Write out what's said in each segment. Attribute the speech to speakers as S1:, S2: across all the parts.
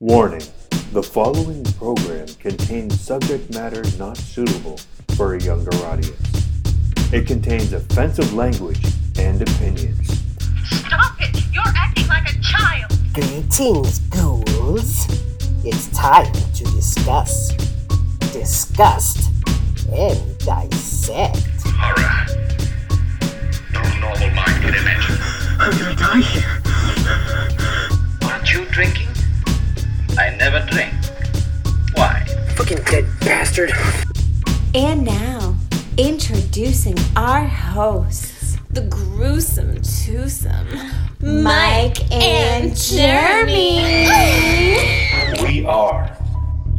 S1: Warning The following program contains subject matter not suitable for a younger audience. It contains offensive language and opinions.
S2: Stop it! You're acting like a child!
S3: Greetings, ghouls. It's time to discuss, disgust, and dissect.
S4: horror. No normal mind could imagine.
S5: I'm gonna die here.
S4: Aren't you drinking? I never drink. Why?
S5: Fucking dead bastard.
S6: And now, introducing our hosts,
S7: The gruesome twosome.
S6: Mike and Jeremy.
S4: We are.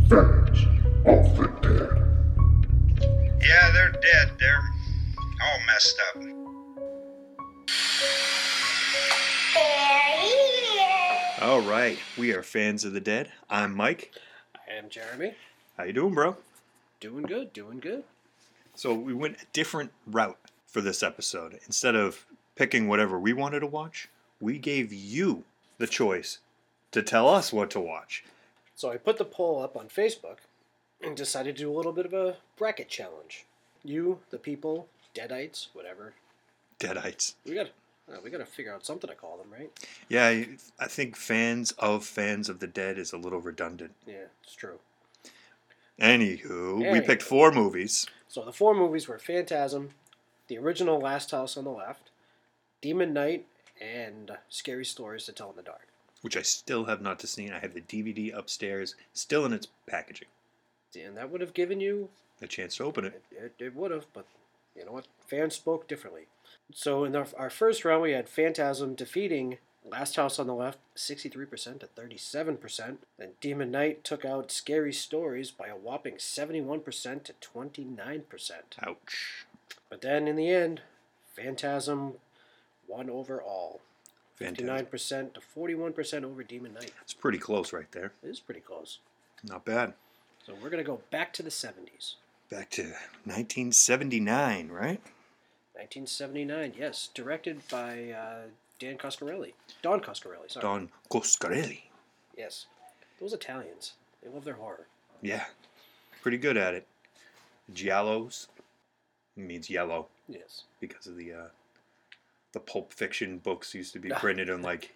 S8: Yeah, they're dead. They're all messed up.
S1: All right, we are fans of the dead. I'm Mike.
S9: I am Jeremy.
S1: How you doing, bro?
S9: Doing good, doing good.
S1: So we went a different route for this episode. Instead of picking whatever we wanted to watch, we gave you the choice to tell us what to watch.
S9: So I put the poll up on Facebook and decided to do a little bit of a bracket challenge. You, the people, deadites, whatever.
S1: Deadites.
S9: We got uh, we got to figure out something to call them, right?
S1: Yeah, I- I think fans of fans of the dead is a little redundant.
S9: Yeah, it's true.
S1: Anywho, we
S9: Anywho.
S1: picked four movies.
S9: So the four movies were Phantasm, the original Last House on the Left, Demon Night, and Scary Stories to Tell in the Dark.
S1: which I still have not to seen. I have the DVD upstairs, still in its packaging.
S9: And that would have given you
S1: A chance to open it.
S9: It, it, it would have, but you know what? Fans spoke differently. So in our, our first round, we had Phantasm defeating Last House on the Left 63% to 37%. Then Demon Knight took out Scary Stories by a whopping 71% to 29%.
S1: Ouch.
S9: But then in the end, Phantasm won overall.
S1: Fantastic.
S9: 59% to 41% over Demon Knight.
S1: It's pretty close right there.
S9: It is pretty close.
S1: Not bad.
S9: So we're going to go back to the 70s.
S1: Back to 1979, right?
S9: 1979, yes, directed by uh, Dan Coscarelli. Don Coscarelli, sorry.
S1: Don Coscarelli.
S9: Yes. Those Italians, they love their horror.
S1: Yeah. Pretty good at it. Giallos. It means yellow
S9: Yes.
S1: because of the uh, the Pulp Fiction books used to be printed in like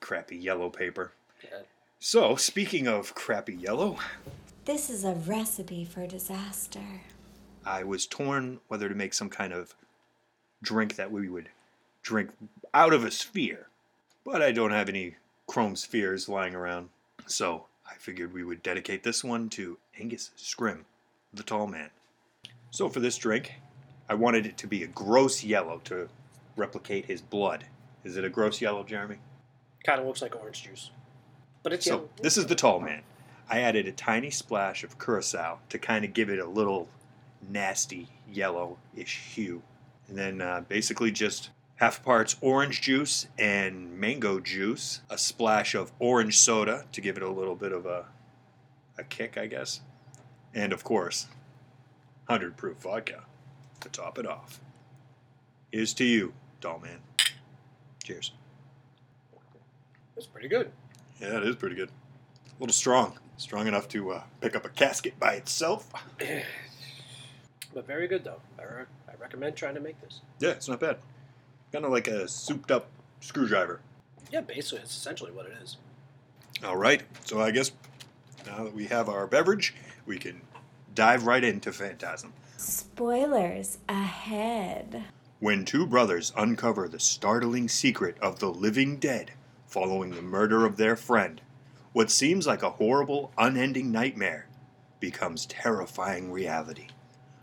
S1: crappy yellow paper.
S9: Yeah.
S1: So, speaking of crappy yellow,
S6: This is a recipe for disaster.
S1: I was torn whether to make some kind of drink that we would drink out of a sphere, but I don't have any chrome spheres lying around, so I figured we would dedicate this one to Angus Scrim, the tall man. So for this drink, I wanted it to be a gross yellow to replicate his blood. Is it a gross yellow, Jeremy?
S9: Kind of looks like orange juice. But it's
S1: So
S9: yellow.
S1: this is the tall man. I added a tiny splash of curacao to kind of give it a little nasty yellowish hue, and then uh, basically just half parts orange juice and mango juice, a splash of orange soda to give it a little bit of a a kick, I guess, and of course, hundred proof vodka to top it off. Here's to you, tall man. Cheers.
S9: It's pretty good.
S1: Yeah, it is pretty good. A little strong. Strong enough to uh, pick up a casket by itself.
S9: But very good, though. I, re- I recommend trying to make this.
S1: Yeah, it's not bad. Kind of like a souped up screwdriver.
S9: Yeah, basically, it's essentially what it is.
S1: All right. So I guess now that we have our beverage, we can dive right into Phantasm.
S6: Spoilers ahead.
S1: When two brothers uncover the startling secret of the living dead following the murder of their friend, what seems like a horrible, unending nightmare becomes terrifying reality.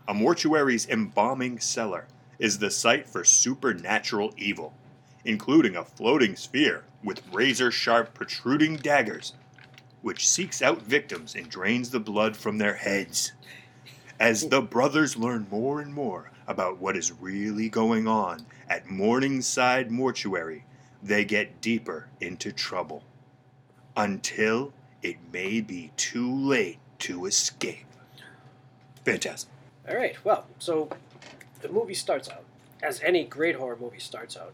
S1: A mortuary's embalming cellar is the site for supernatural evil, including a floating sphere with razor sharp protruding daggers, which seeks out victims and drains the blood from their heads. As the brothers learn more and more about what is really going on at Morningside Mortuary, they get deeper into trouble. Until it may be too late to escape. Fantastic.
S9: All right, well, so the movie starts out, as any great horror movie starts out,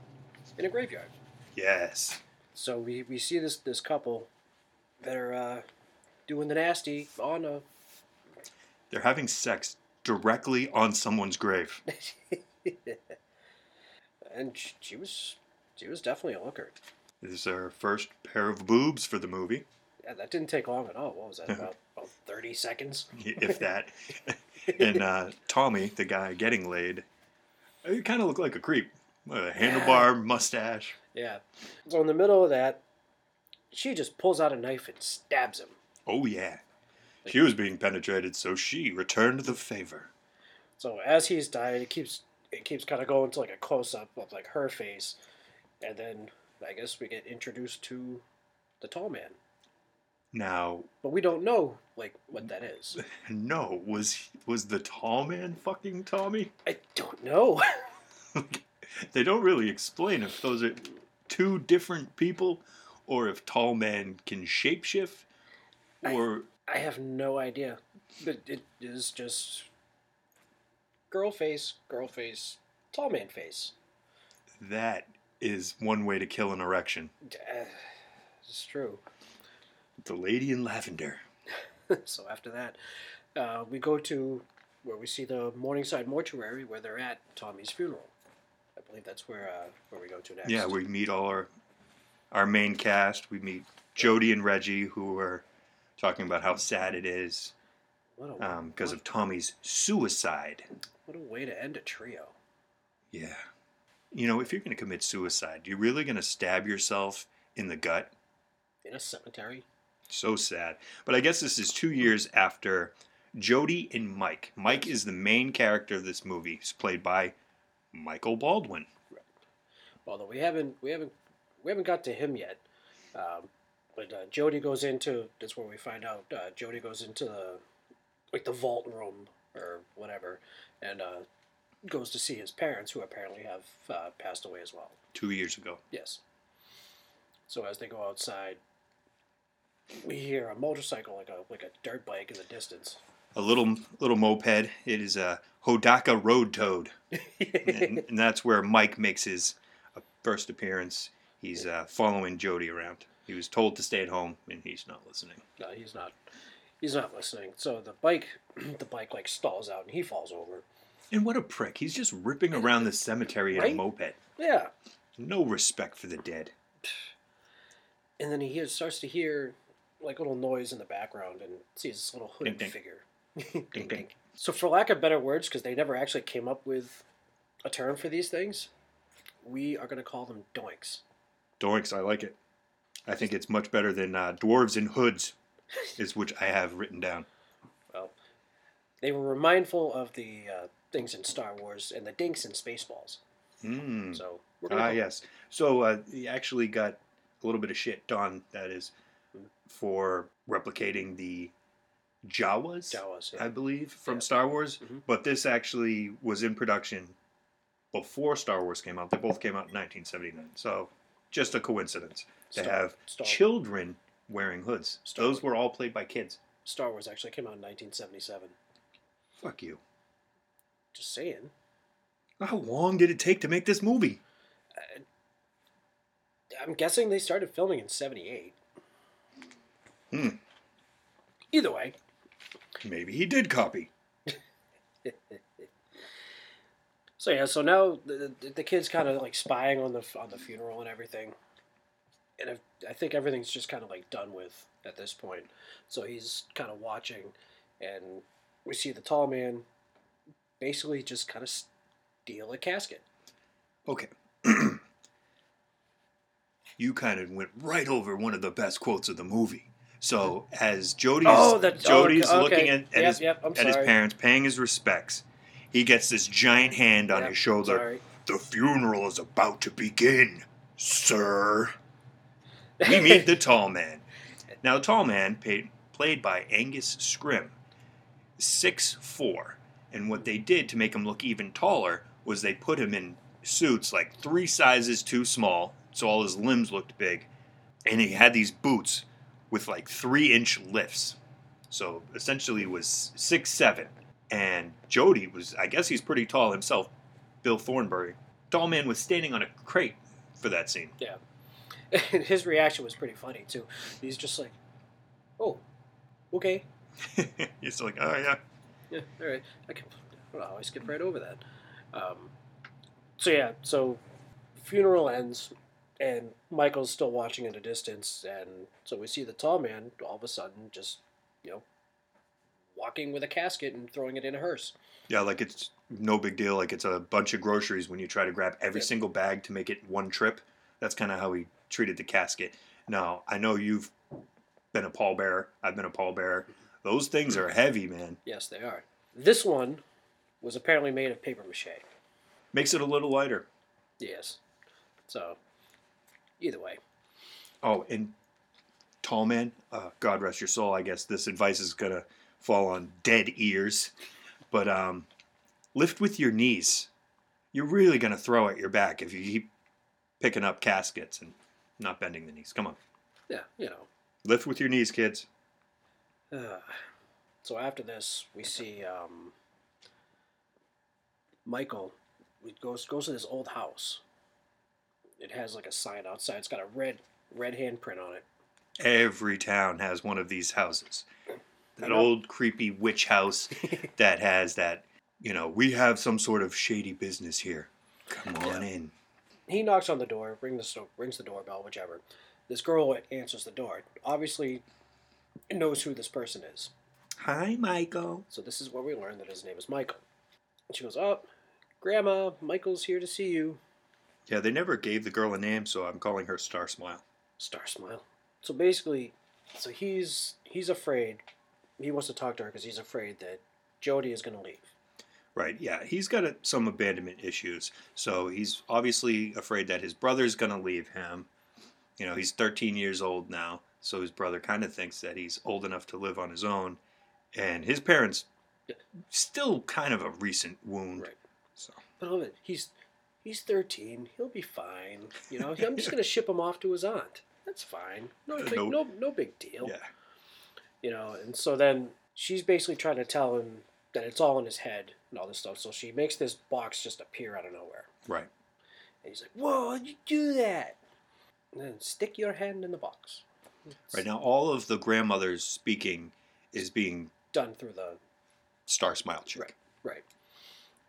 S9: in a graveyard.
S1: Yes.
S9: So we, we see this, this couple that are uh, doing the nasty on a.
S1: They're having sex directly on someone's grave.
S9: And sh- she was she was definitely a looker.
S1: This is their first pair of boobs for the movie,
S9: Yeah, that didn't take long at all. What was that about? about thirty seconds.
S1: if that. and uh, Tommy, the guy getting laid, he kind of looked like a creep. A handlebar mustache.
S9: Yeah. So in the middle of that, she just pulls out a knife and stabs him.
S1: Oh, yeah. She was being penetrated, so she returned the favor.
S9: So as he's dying, it keeps it keeps kind of going to like a close up of like her face, and then I guess we get introduced to the tall man,
S1: Now,
S9: but we don't know like what that is.
S1: no, was was the tall man fucking Tommy?
S9: I don't know.
S1: They don't really explain if those are two different people or if tall man can shapeshift or
S9: I have no idea. But it is just girl face, girl face, tall man face.
S1: that is one way to kill an erection.
S9: Uh, it's true.
S1: The lady in lavender.
S9: so after that, uh, we go to where we see the Morningside Mortuary where they're at Tommy's funeral. I believe that's where uh, where we go to next.
S1: Yeah, we meet all our our main cast. We meet Jody and Reggie who are talking about how sad it is
S9: what a,
S1: because
S9: what,
S1: of Tommy's suicide.
S9: what a way to end a trio.
S1: Yeah. You know, if you're going to commit suicide, you're really going to stab yourself in the gut.
S9: In a cemetery.
S1: So sad. But I guess this is two years after Jody and Mike. Mike is the main character of this movie. He's played by Michael Baldwin.
S9: Although we haven't we haven't we haven't got to him yet. Um, but uh, Jody goes into that's where we find out uh, Jody goes into the like the vault room or whatever, and uh, goes to see his parents who apparently have uh, passed away as well.
S1: Two years ago.
S9: Yes. So as they go outside, we hear a motorcycle, like a like a dirt bike, in the distance.
S1: A little little moped. It is a Hodaka road toad, and, and that's where Mike makes his uh, first appearance. He's uh, following Jody around. He was told to stay at home, and he's not listening.
S9: No, he's not. He's not listening. So the bike, the bike like stalls out and he falls over.
S1: And what a prick! He's just ripping around the cemetery in a
S9: Right?
S1: moped.
S9: Yeah.
S1: No respect for the dead.
S9: And then he hears, starts to hear like little noise in the background and sees this little hooded
S1: Ding, ding.
S9: figure.
S1: Ding, ding.
S9: So for lack of better words, because they never actually came up with a term for these things, we are going to call them doinks.
S1: Doinks, I like it. I think it's much better than uh, dwarves and hoods, is which I have written down.
S9: Well, they were mindful of the uh, things in Star Wars and the dinks in Spaceballs.
S1: Mm.
S9: So we're gonna
S1: Ah,
S9: go-
S1: yes. So uh, he actually got a little bit of shit done, that is, for replicating the Jawas,
S9: Jawas, yeah.
S1: I believe, from
S9: Yeah.
S1: Star Wars.
S9: Mhm.
S1: But this actually was in production before Star Wars came out. They both came out in 1979. So just a coincidence to
S9: Star-
S1: have
S9: Star-
S1: children wearing hoods.
S9: Star-
S1: Those were all played by kids.
S9: Star Wars actually came out in 1977.
S1: Fuck you.
S9: Just saying,
S1: How long did it take to make this movie?
S9: I'm guessing they started filming in '78.
S1: Hmm.
S9: Either way,
S1: Maybe he did copy.
S9: so yeah, so now the, the, the kids kind of like spying on the f- on the funeral and everything, and I, I think everything's just kind of like done with at this point. So he's kind of watching, and we see the tall man basically just kind of steal a casket.
S1: Okay. you kind of went right over one of the best quotes of the movie. So as Jody's
S9: Oh, the- oh,
S1: Jody's
S9: okay.
S1: looking at, at
S9: Yep,
S1: his
S9: yep, I'm
S1: at his
S9: sorry.
S1: parents, paying his respects, he gets this giant hand on
S9: Yep,
S1: his shoulder.
S9: sorry.
S1: The funeral is about to begin, sir. We meet the tall man. Now, the tall man, paid, played by Angus Scrimm, six four, and what they did to make him look even taller was they put him in suits like three sizes too small, so all his limbs looked big, and he had these boots with like three inch lifts. So essentially, he was six seven, and Jody was, I guess, he's pretty tall himself. Bill Thornberry, tall man was standing on a crate for that scene.
S9: Yeah. And his reaction was pretty funny too. He's just like, Oh, okay.
S1: it's like, oh yeah,
S9: Yeah, all right. I can. Well, I skip right over that. Um, so yeah, so funeral ends, and Michael's still watching at a distance, and so we see the tall man all of a sudden just, you know, walking with a casket and throwing it in a hearse.
S1: yeah, like it's no big deal. Like it's a bunch of groceries when you try to grab every
S9: Yep.
S1: single bag to make it one trip. That's kind of how he treated the casket. Now I know you've been a pallbearer. I've been a pallbearer. Those things are heavy, man.
S9: Yes, they are. This one was apparently made of paper mache.
S1: Makes it a little lighter.
S9: Yes. So, either way,
S1: Oh, and tall man, uh, God rest your soul. I guess this advice is gonna fall on dead ears, but um, lift with your knees. You're really gonna throw at your back if you keep picking up caskets and not bending the knees. Come on,
S9: yeah, you know.
S1: lift with your knees, kids.
S9: Uh, so after this, we see um, Michael. It goes goes to this old house. It has like a sign outside. It's got a red red handprint on it.
S1: Every town has one of these houses. That
S9: know.
S1: old creepy witch house that has that. You know, we have some sort of shady business here. Come on in.
S9: He knocks on the door, rings the rings the doorbell, whichever. This girl answers the door. Obviously, knows who this person is.
S1: Hi, Michael.
S9: So this is where we learn that his name is Michael. And she goes, "Oh, Grandma, Michael's here to see you."
S1: Yeah, they never gave the girl a name, so I'm calling her Star Smile.
S9: Star Smile. So basically, so he's he's afraid. He wants to talk to her because he's afraid that Jody is going to leave.
S1: Right, yeah, he's got a, some abandonment issues, so he's obviously afraid that his brother's gonna leave him. You know, he's 13 years old now, so his brother kind of thinks that he's old enough to live on his own, and his parents still kind of a recent wound.
S9: Right.
S1: So
S9: But hold it, he's he's thirteen. He'll be fine. You know, I'm just going to ship him off to his aunt. That's fine. No, big,
S1: No.
S9: no, no big deal.
S1: yeah,
S9: You know, and so then she's basically trying to tell him that it's all in his head and all this stuff. So she makes this box just appear out of nowhere,
S1: right.
S9: and he's like, "Whoa, how'd you do that?" And then stick your hand in the box.
S1: Right now, all of the grandmothers speaking is being
S9: Done through the
S1: Star Smile chick.
S9: Right, right.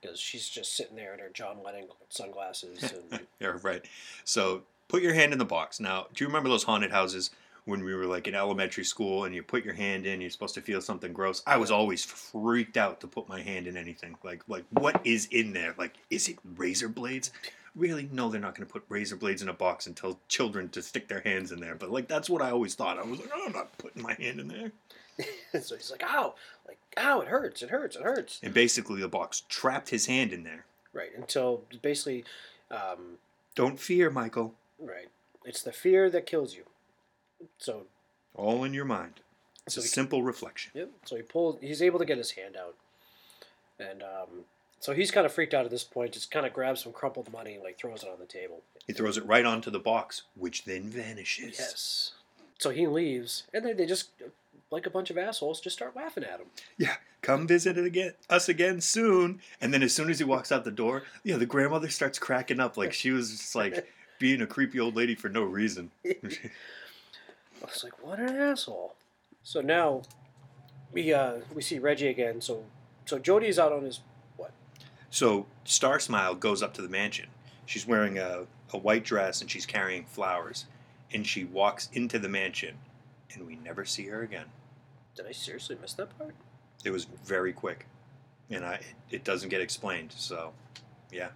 S9: Because she's just sitting there in her John Lennon sunglasses, and
S1: Yeah, right. So put your hand in the box. Now, do you remember those haunted houses when we were like in elementary school and you put your hand in, you're supposed to feel something gross? I was always freaked out to put my hand in anything. Like, like what is in there? Like, is it razor blades? Really? No, they're not going to put razor blades in a box and tell children to stick their hands in there. But like, that's what I always thought. I was like, oh, I'm not putting my hand in there.
S9: so he's like, "Ow, like ow, it hurts, it hurts, it hurts."
S1: And basically, the box trapped his hand in there.
S9: Right until basically, um,
S1: Don't fear, Michael.
S9: right. It's the fear that kills you. So
S1: All in your mind. It's
S9: So
S1: a
S9: we-
S1: simple reflection.
S9: yep. So he pulls. He's able to get his hand out, and um, so he's kind of freaked out at this point. Just kind of grabs some crumpled money and like throws it on the table.
S1: He throws it right onto the box, which then vanishes.
S9: Yes. So he leaves, and then they just like a bunch of assholes just start laughing at him.
S1: Yeah, come visit it again, us again soon. And then as soon as he walks out the door, yeah, the grandmother starts cracking up like she was just like being a creepy old lady for no reason.
S9: I was like, what an asshole. So now we uh, we see Reggie again. So so Jody's out on his what?
S1: So Star Smile goes up to the mansion. She's wearing a, a white dress and she's carrying flowers. And she walks into the mansion, and we never see her again.
S9: Did I seriously miss that part?
S1: It was very quick, and I it doesn't get explained. So, yeah.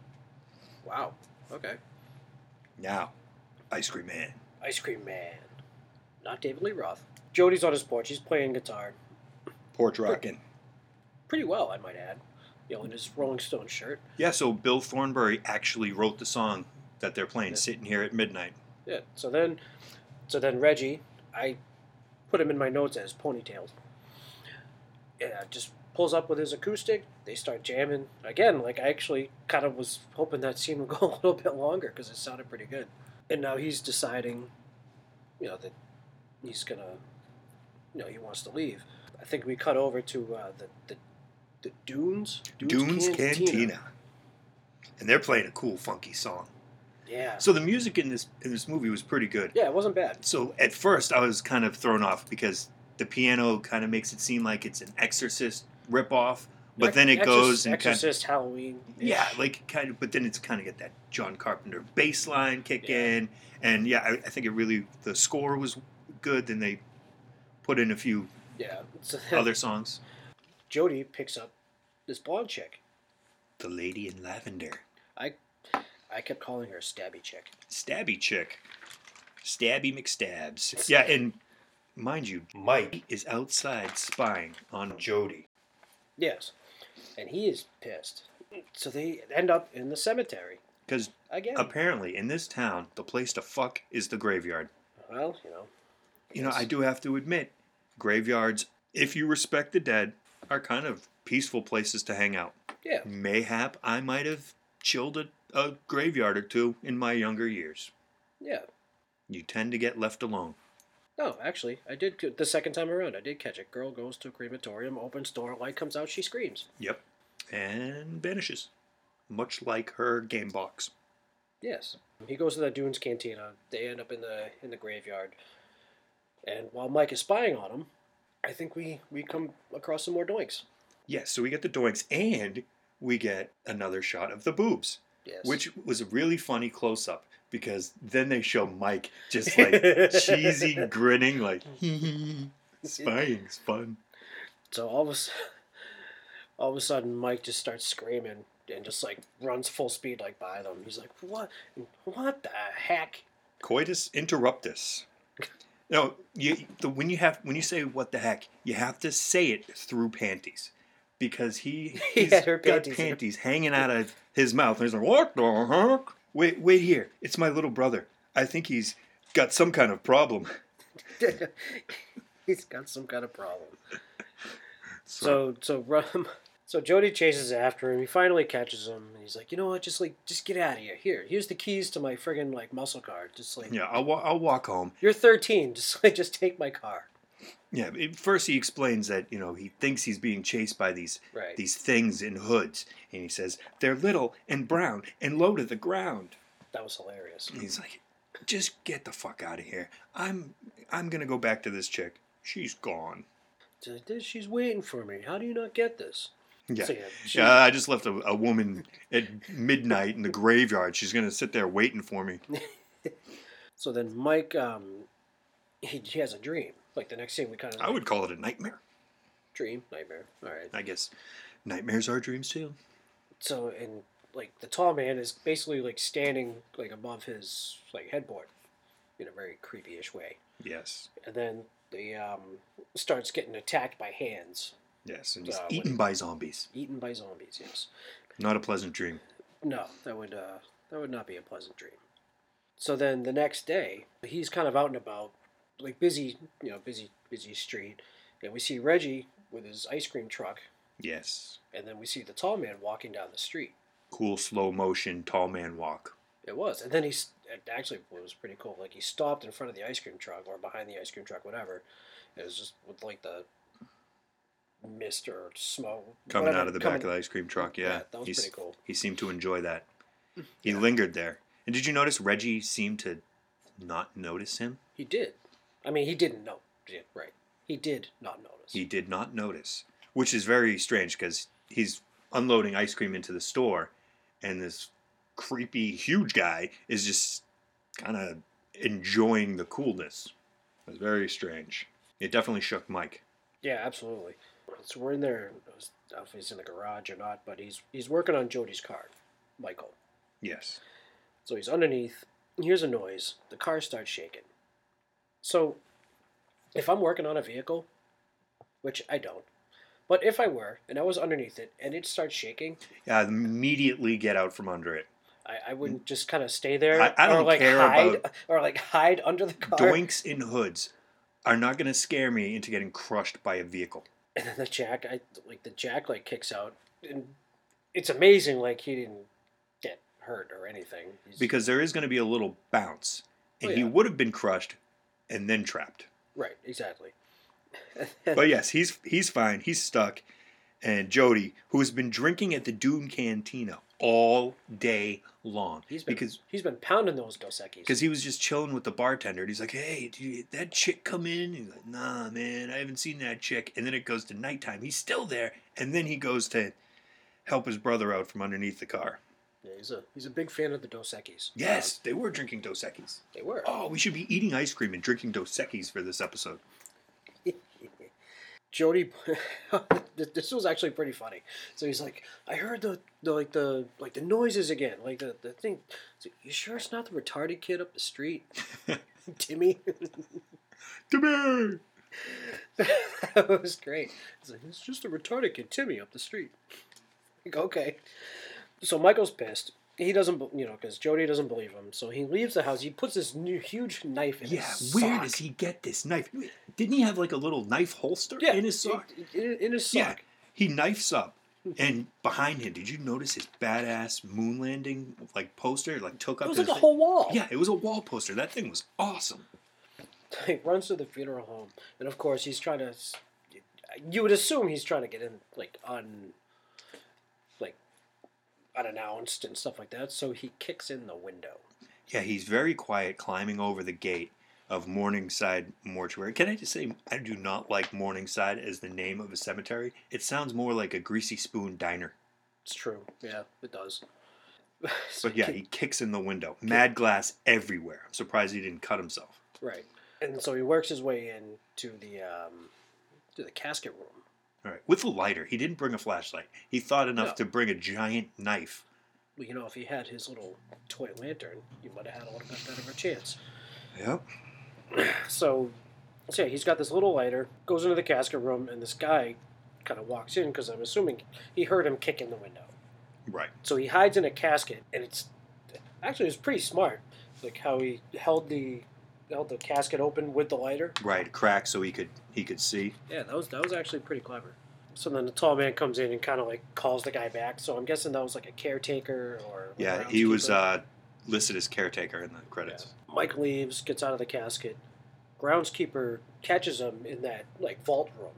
S9: Wow. Okay.
S1: Now, Ice Cream Man.
S9: Ice Cream Man. Not David Lee Roth. Jody's on his porch. He's playing guitar
S1: Porch rockin'.
S9: pretty well, I might add. You know, in his Rolling Stone shirt.
S1: Yeah, so Bill Thornberry actually wrote the song that they're playing,
S9: Yeah.
S1: Sitting Here at Midnight.
S9: Yeah. So then, so then Reggie, I put him in my notes as ponytails. Yeah, just pulls up with his acoustic. They start jamming again. Like I actually kind of was hoping that scene would go a little bit longer because it sounded pretty good. And now he's deciding, you know, that he's gonna, you know, he wants to leave. I think we cut over to uh, the, the the Dunes
S1: Dunes Cantina. And they're playing a cool, funky song.
S9: Yeah.
S1: So the music in this in this movie was pretty good.
S9: yeah, it wasn't bad.
S1: So at first I was kind of thrown off because the piano kind of makes it seem like it's an Exorcist ripoff, but
S9: Ex-
S1: then it
S9: Exorc-
S1: goes and kind of
S9: Exorcist Halloween.
S1: yeah, like kind of, but then it's kind of got that John Carpenter bass line kick
S9: Yeah.
S1: in, and yeah, I, I think it really the score was good. Then they put in a few
S9: yeah. So
S1: other songs.
S9: Jody picks up this blonde chick.
S1: The Lady in Lavender,
S9: I I kept calling her a stabby chick.
S1: Stabby Chick, Stabby McStabs. Yeah, and mind you, Mike is outside spying on Jody.
S9: Yes, and he is pissed. So they end up in the cemetery
S1: Because
S9: again.
S1: apparently, in this town, the place to fuck is the graveyard.
S9: well, you know,
S1: You know,
S9: Yes.
S1: I do have to admit, graveyards, if you respect the dead, are kind of peaceful places to hang out.
S9: yeah,
S1: Mayhap I might have chilled a, a graveyard or two in my younger years.
S9: yeah.
S1: You tend to get left alone.
S9: No, actually, I did c- the second time around. I did catch it. Girl goes to a crematorium, opens door, light comes out, she screams.
S1: Yep. And vanishes. Much like her game box.
S9: Yes. He goes to the Dunes Cantina. They end up in the in the graveyard. And while Mike is spying on him, I think we we come across some more doinks.
S1: Yes, so we get the doinks and we get another shot of the boobs.
S9: Yes.
S1: which was a really funny close up because then they show Mike just like cheesy grinning, like spying's fun.
S9: so all of a s- all of a sudden Mike just starts screaming and just like runs full speed like by them. He's like, "What? What the heck?"
S1: Coitus interruptus. No, you, the, when you have when you say what the heck, you have to say it through panties because he he's
S9: Yeah, her
S1: got
S9: panties
S1: panties,
S9: are-
S1: hanging out of his mouth. And he's like, what the heck? Wait, wait here. It's my little brother. I think he's got some kind of problem.
S9: He's got some kind of problem. So so Rum so Jody chases after him. He finally catches him, and he's like, "You know what? Just like just get out of here. Here, here's the keys to my friggin' like muscle car. Just like
S1: yeah, I'll, wa- I'll walk home.
S9: you're 13. Just like just take my car."
S1: Yeah, it- first he explains that, you know, he thinks he's being chased by these
S9: Right.
S1: these things in hoods. And he says, they're little and brown and low to the ground.
S9: That was hilarious.
S1: And he's like, just get the fuck out of here. I'm I'm gonna go back to this chick. She's gone.
S9: She's like, She's waiting for me. How do you not get this?
S1: Yeah.
S9: So, yeah, she-
S1: yeah, I just left a, a woman at midnight in the graveyard. She's gonna sit there waiting for me.
S9: So then Mike, um, he, he has a dream. Like the next scene, we kind of
S1: I would call it a nightmare.
S9: dream nightmare. All right.
S1: I guess nightmares are dreams too.
S9: So and like the tall man is basically like standing like above his like headboard, in a very creepy-ish way.
S1: Yes.
S9: and then the um, starts getting attacked by hands,
S1: Yes. And he's
S9: Uh, what-
S1: eaten by zombies.
S9: eaten by zombies. Yes,
S1: Not a pleasant dream.
S9: no, that would uh, that would not be a pleasant dream. So then the next day, he's kind of out and about, like busy, you know, busy, busy street, and we see Reggie with his ice cream truck,
S1: Yes.
S9: and then we see the tall man walking down the street.
S1: cool slow motion tall man walk.
S9: It was, and then he's it actually was pretty cool. Like he stopped in front of the ice cream truck or behind the ice cream truck, whatever. It was just with like the mist or smoke
S1: Coming
S9: whatever,
S1: out of the
S9: coming-
S1: back of the ice cream truck, yeah.
S9: Yeah, that was
S1: He's-
S9: pretty cool. Mm.
S1: He seemed to enjoy that. He lingered there. And did you notice Reggie seemed to not notice him?
S9: He did. I mean, he didn't know. Yeah, right. He did not notice.
S1: He did not notice, which is very strange because he's unloading ice cream into the store, and this creepy, huge guy is just kind of enjoying the coolness. It was very strange. It definitely shook Mike.
S9: yeah, absolutely. So we're in there. I was- I don't know if he's in the garage or not, but he's he's working on Jody's car, Michael.
S1: Yes.
S9: So he's underneath. Here's a noise. The car starts shaking. So, if I'm working on a vehicle, which I don't, but if I were and I was underneath it and it starts shaking,
S1: Yeah, immediately get out from under it.
S9: I, I wouldn't just kind of stay there
S1: I- I
S9: or
S1: don't
S9: like
S1: care
S9: hide
S1: about-
S9: or like hide under the car.
S1: doinks in hoods are not going to scare me into getting crushed by a vehicle.
S9: and then the jack i like the jack like kicks out and it's amazing like he didn't get hurt or anything He's-
S1: Because there is going to be a little bounce, and
S9: Oh,
S1: he
S9: yeah.
S1: would have been crushed and then trapped.
S9: right exactly
S1: but yes, he's he's fine. He's stuck. And Jody, who has been drinking at the Dune Cantina, all day long.
S9: He's been
S1: because
S9: he's been pounding those Dos Equis.
S1: because he was just chilling with the bartender and he's like, Hey, did you, that chick come in? He's like, Nah, man, I haven't seen that chick. And then it goes to nighttime. He's still there. And then he goes to help his brother out from underneath the car.
S9: Yeah, he's a he's a big fan of the Dos Equis.
S1: Yes, they were drinking Dos Equis.
S9: They were.
S1: Oh, we should be eating ice cream and drinking Dos Equis for this episode.
S9: Jody, th- this was actually pretty funny. So he's like, I heard the, the like the like the noises again, like the the thing. He's like, you sure it's not the retarded kid up the street, Timmy?
S1: Timmy!
S9: that was great. He's like, it's just a retarded kid, Timmy, up the street. Like, okay. So Michael's pissed. He doesn't, be- you know, because Jody doesn't believe him. So he leaves the house. He puts this new huge knife in.
S1: Yeah,
S9: his
S1: where
S9: sock.
S1: does he get this knife? Didn't he have like a little knife holster
S9: Yeah,
S1: in his sock?
S9: In, in his
S1: Yeah,
S9: sock.
S1: he knifes up, and behind him, did you notice his badass moon landing like poster? Like took up.
S9: It was
S1: his
S9: like a
S1: thing?
S9: whole wall.
S1: Yeah, it was a wall poster. That thing was awesome.
S9: he runs to the funeral home, and of course he's trying to. s- You would assume he's trying to get in like un, like, unannounced and stuff like that. So he kicks in the window.
S1: Yeah, he's very quiet, climbing over the gate of Morningside Mortuary. Can I just say, I do not like Morningside as the name of a cemetery. It sounds more like a greasy spoon diner.
S9: It's true. Yeah, it does. So
S1: But yeah, he kicks in the window. Mad glass everywhere. I'm surprised he didn't cut himself.
S9: right. And so he works his way in to the um, to the casket room.
S1: All right, with a lighter. He didn't bring a flashlight. He thought enough
S9: No.
S1: to bring a giant knife.
S9: Well, you know, if he had his little toy lantern, you might have had a little bit better of a chance.
S1: Yep.
S9: So, so yeah, he's got this little lighter, goes into the casket room, and this guy kind of walks in because I'm assuming he heard him kick in the window.
S1: Right.
S9: So he hides in a casket, and it's actually it's pretty smart, like how he held the held the casket open with the lighter.
S1: Right. Crack so he could he could see.
S9: Yeah, that was that was actually pretty clever. So then the tall man comes in and kind of like calls the guy back. So I'm guessing that was like a caretaker or
S1: Yeah, he was
S9: groundskeeper.
S1: uh, listed as caretaker in the credits.
S9: Mike leaves, gets out of the casket. Groundskeeper catches him in that like vault room.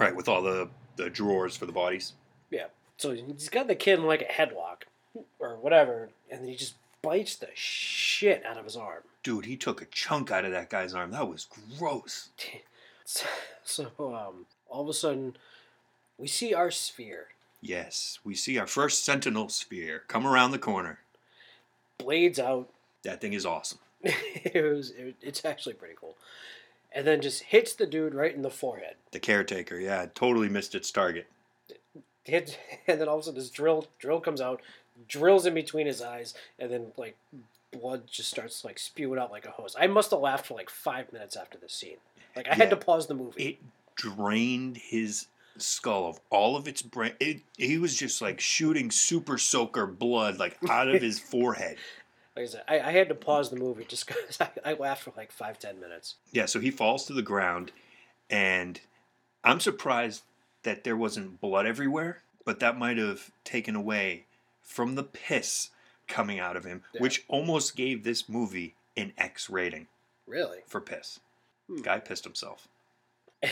S1: Right, with all the, the drawers for the bodies.
S9: Yeah. So he's got the kid in like a headlock or whatever, and then he just bites the shit out of his arm.
S1: Dude, he took a chunk out of that guy's arm. That was gross.
S9: So, so um, all of a sudden, we see our sphere.
S1: Yes, we see our first sentinel sphere come around the corner.
S9: Blades out.
S1: That thing is awesome.
S9: it was, it, it's actually pretty cool. And then just hits the dude right in the forehead.
S1: The caretaker, yeah, it totally missed its target.
S9: Hit, and then all of a sudden, this drill drill comes out, drills in between his eyes, and then like blood just starts like spewing out like a hose. I must have laughed for like five minutes after this scene. Like I had
S1: Yeah.
S9: to pause the movie.
S1: It drained his skull of all of its brain. It, he was just like shooting super soaker blood like out of his forehead.
S9: like I said, I, I had to pause the movie just because I, I laughed for like five ten minutes.
S1: Yeah, so he falls to the ground, and I'm surprised that there wasn't blood everywhere, but that might have taken away from the piss coming out of him,
S9: Yeah.
S1: which almost gave this movie an X rating
S9: Really?
S1: for piss.
S9: Hmm.
S1: Guy pissed himself.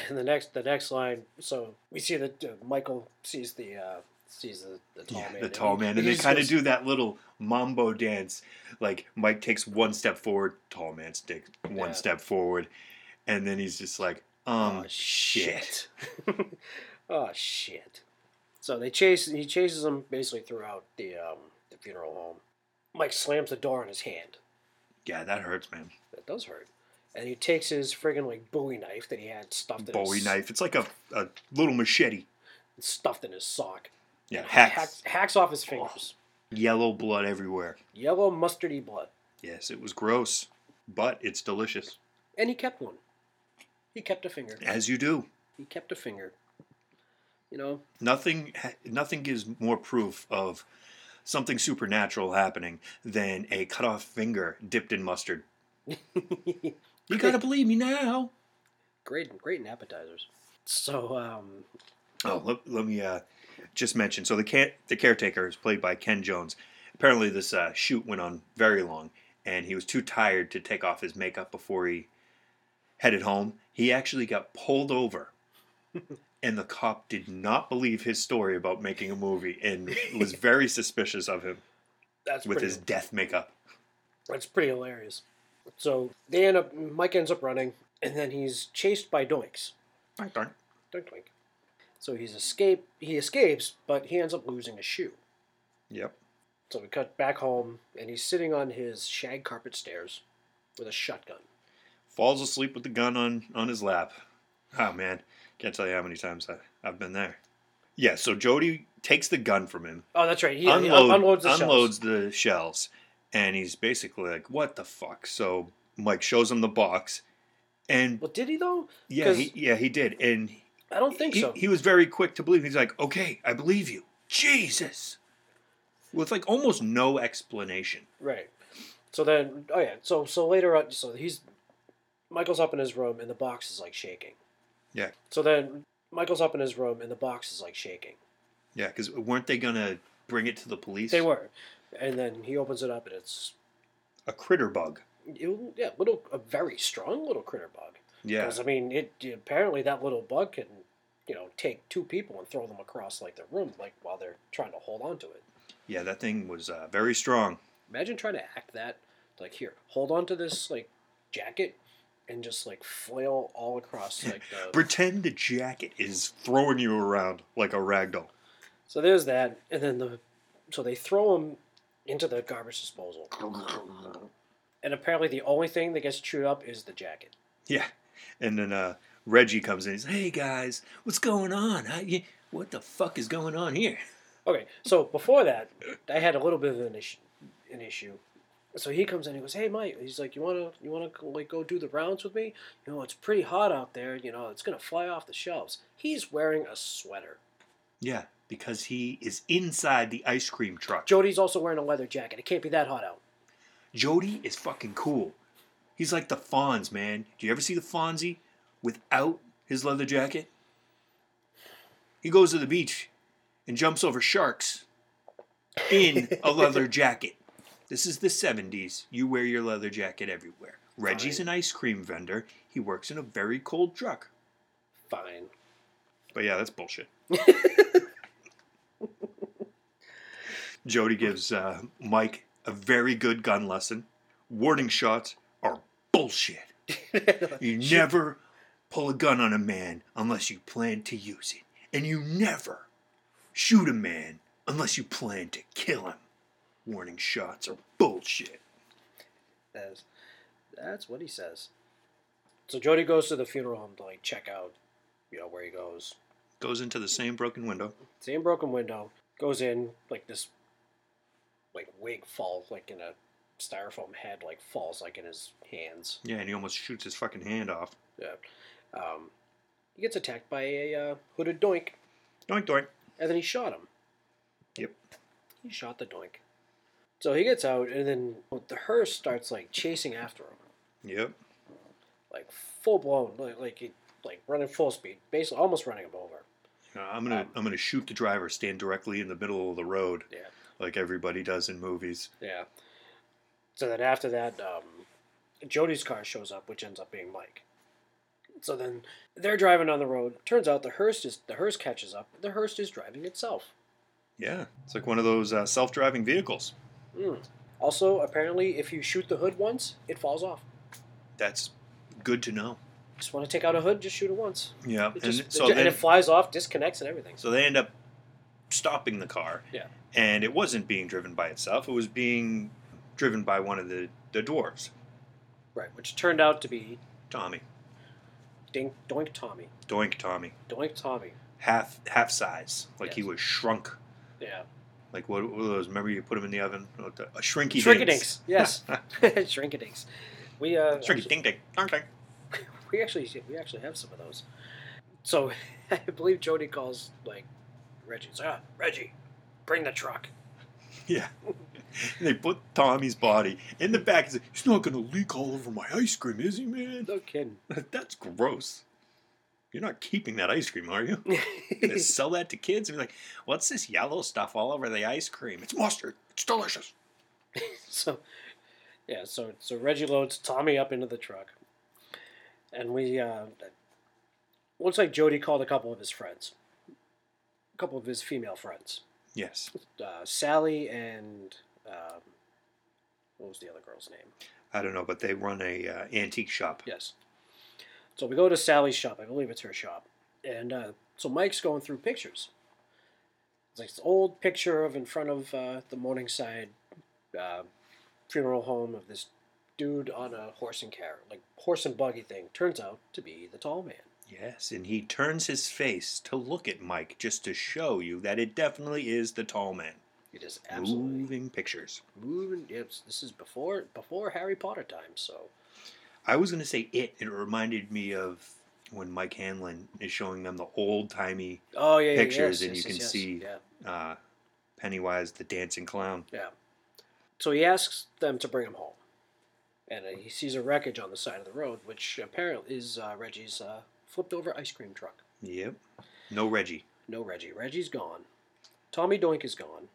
S9: And the next the next line, so we see that uh, Michael sees the uh, sees the, the tall man.
S1: the tall man, and they kind of do that little mambo dance. Like Mike takes one step forward, tall man takes one
S9: Yeah.
S1: step forward, and then he's just like, um,
S9: Oh,
S1: shit.
S9: oh shit! So they chase. He chases them basically throughout the um, the funeral home. Mike slams the door in his hand.
S1: Yeah, that hurts, man.
S9: That does hurt. And he takes his friggin' like Bowie knife that he had stuffed in
S1: Bowie
S9: his,
S1: knife. It's like a, a little machete.
S9: stuffed in his sock.
S1: Yeah,
S9: And
S1: hacks.
S9: hacks hacks off his fingers.
S1: Yellow blood everywhere.
S9: Yellow mustardy blood.
S1: Yes, it was gross, but it's delicious.
S9: And he kept one. He kept a finger.
S1: As you do.
S9: He kept a finger. You know,
S1: Nothing ha- nothing gives more proof of something supernatural happening than a cut off finger dipped in mustard. You gotta believe me now.
S9: great, great in appetizers. So, um,
S1: Oh, let, let me uh, just mention. So the can- the caretaker is played by Ken Jones. Apparently, this uh, shoot went on very long, and he was too tired to take off his makeup before he headed home. He actually got pulled over and the cop did not believe his story about making a movie and was very suspicious of him
S9: That's
S1: with
S9: pretty,
S1: his death makeup.
S9: That's pretty hilarious. So they end up. Mike ends up running, and then he's chased by Doinks.
S1: Doink, doink.
S9: Doink doink. So he's escape. He escapes, but he ends up losing a shoe.
S1: Yep.
S9: So we cut back home, and he's sitting on his shag carpet stairs with a shotgun.
S1: Falls asleep with the gun on, on his lap. Oh, man. Can't tell you how many times I, I've been there. Yeah, so Jody takes the gun from him,
S9: Oh, that's right. He, he
S1: unload,
S9: unloads the
S1: unloads
S9: shells.
S1: the shells, and he's basically like, what the fuck? So Mike shows him the box, and
S9: Well, did he though?
S1: yeah,
S9: 'cause-
S1: he, yeah, he did. And
S9: I don't think
S1: he,
S9: so.
S1: he was very quick to believe. He's like, okay, I believe you. Jesus. With like almost no explanation.
S9: Right. So then, oh yeah. So so later on, so he's Michael's up in his room, and the box is like shaking.
S1: Yeah.
S9: So then Michael's up in his room, and the box is like shaking.
S1: Yeah, because weren't they going to bring it to the police?
S9: They were, and then he opens it up, and it's
S1: A critter bug.
S9: it, yeah, little a very strong little critter bug.
S1: Yeah.
S9: Because I mean, it apparently that little bug can you know take two people and throw them across like the room, like while they're trying to hold on to it.
S1: Yeah, that thing was uh, very strong.
S9: Imagine trying to act that like here, hold on to this like jacket. And just like flail all across like the
S1: Pretend the jacket is throwing you around like a ragdoll.
S9: So there's that, and then the so they throw him into the garbage disposal, and apparently the only thing that gets chewed up is the jacket.
S1: Yeah. And then uh, Reggie comes in. He's, hey guys, what's going on? How you, what the fuck is going on here?
S9: Okay, so before that, I had a little bit of an issue. An issue. So he comes in. He goes, "Hey, Mike." He's like, "You wanna you wanna go, like go do the rounds with me? You know, it's pretty hot out there. You know, it's gonna fly off the shelves." He's wearing a sweater.
S1: Yeah, because he is inside the ice cream truck.
S9: Jody's also wearing a leather jacket. It can't be that hot out.
S1: Jody is fucking cool. He's like the Fonz, man. Do you ever see the Fonzie without his leather jacket? He goes to the beach and jumps over sharks in a leather jacket. This is the 70s. You wear your leather jacket everywhere. Reggie's an ice cream vendor. He works in a very cold truck.
S9: Fine.
S1: But yeah, that's bullshit. Jody gives uh, Mike a very good gun lesson. Warning shots are bullshit. you never pull a gun on a man unless you plan to use it. And you never shoot a man unless you plan to kill him. Warning shots are bullshit.
S9: That's that's what he says. So Jody goes to the funeral home to like check out, you know, where he goes.
S1: Goes into the same broken window.
S9: Same broken window. Goes in like this, like wig falls like in a styrofoam head like falls like in his hands.
S1: Yeah, and he almost shoots his fucking hand off.
S9: Yeah. Um, he gets attacked by a uh, hooded doink,
S1: Doink doink.
S9: and then he shot him.
S1: Yep.
S9: He shot the doink. So he gets out, and then the hearse starts like chasing after him.
S1: Yep.
S9: like full blown, like like, he- like running full speed, basically almost running him over.
S1: Uh, I'm gonna I'm gonna shoot the driver, stand directly in the middle of the road,
S9: Yeah,
S1: like everybody does in movies.
S9: yeah. So then after that, um, Jody's car shows up, which ends up being Mike. So then they're driving on the road. Turns out the hearse is the hearse catches up. The hearse is driving itself.
S1: Yeah, it's like one of those uh, self-driving vehicles.
S9: Hmm. Also, apparently, if you shoot the hood once, it falls off.
S1: That's good to know.
S9: Just want to take out a hood, just shoot it once.
S1: Yeah,
S9: It
S1: and
S9: just,
S1: so
S9: it ju-
S1: then,
S9: and it flies off, disconnects, and everything.
S1: so they end up stopping the car.
S9: Yeah.
S1: and it wasn't being driven by itself; it was being driven by one of the the dwarves,
S9: Right, which turned out to be
S1: Tommy,
S9: Dink Doink Tommy,
S1: Doink Tommy,
S9: Doink Tommy.
S1: half half size, like he
S9: Yes.
S1: was shrunk.
S9: Yeah.
S1: Like what, what were those? Remember you put him in the oven? What the- A shrinky
S9: Shrinkadinks, yes, shrinkadinks. We uh,
S1: Shrinky dink dink. Donk dink.
S9: we actually we actually have some of those. So I believe Jody calls like Reggie. He's like, ah, Reggie, bring the truck.
S1: Yeah. they put Tommy's body in the back. He's, like, He's not going to leak all over my ice cream, is he, man?
S9: No kidding.
S1: That's gross. You're not keeping that ice cream, are you? You're gonna sell that to kids and be like, what's this yellow stuff all over the ice cream? It's mustard. It's delicious.
S9: so yeah, so so Reggie loads Tommy up into the truck, and we uh, Looks like Jody called a couple of his friends, a couple of his female friends,
S1: Yes.
S9: uh, Sally and um, what was the other girl's name?
S1: I don't know, but they run a uh, antique shop.
S9: Yes. So we go to Sally's shop. I believe it's her shop. And uh, so Mike's going through pictures. It's like this old picture of in front of uh, the Morningside uh, funeral home of this dude on a horse and carriage, like horse and buggy thing. Turns out to be the tall man.
S1: Yes, and he turns his face to look at Mike just to show you that it definitely is the tall man.
S9: It is absolutely moving.
S1: Moving pictures.
S9: Yes, this is before before Harry Potter time. So
S1: I was going to say it. It reminded me of when Mike Hanlon is showing them the old timey
S9: oh yeah, yeah,
S1: Pictures,
S9: yes,
S1: and
S9: yes,
S1: you can
S9: yes, yes,
S1: see-
S9: yeah.
S1: uh, Pennywise the dancing clown.
S9: Yeah. So he asks them to bring him home, and uh, he sees a wreckage on the side of the road, which apparently is uh, Reggie's uh, flipped-over ice cream truck.
S1: Yep. No Reggie.
S9: No Reggie. Reggie's gone. Tommy Doink is gone,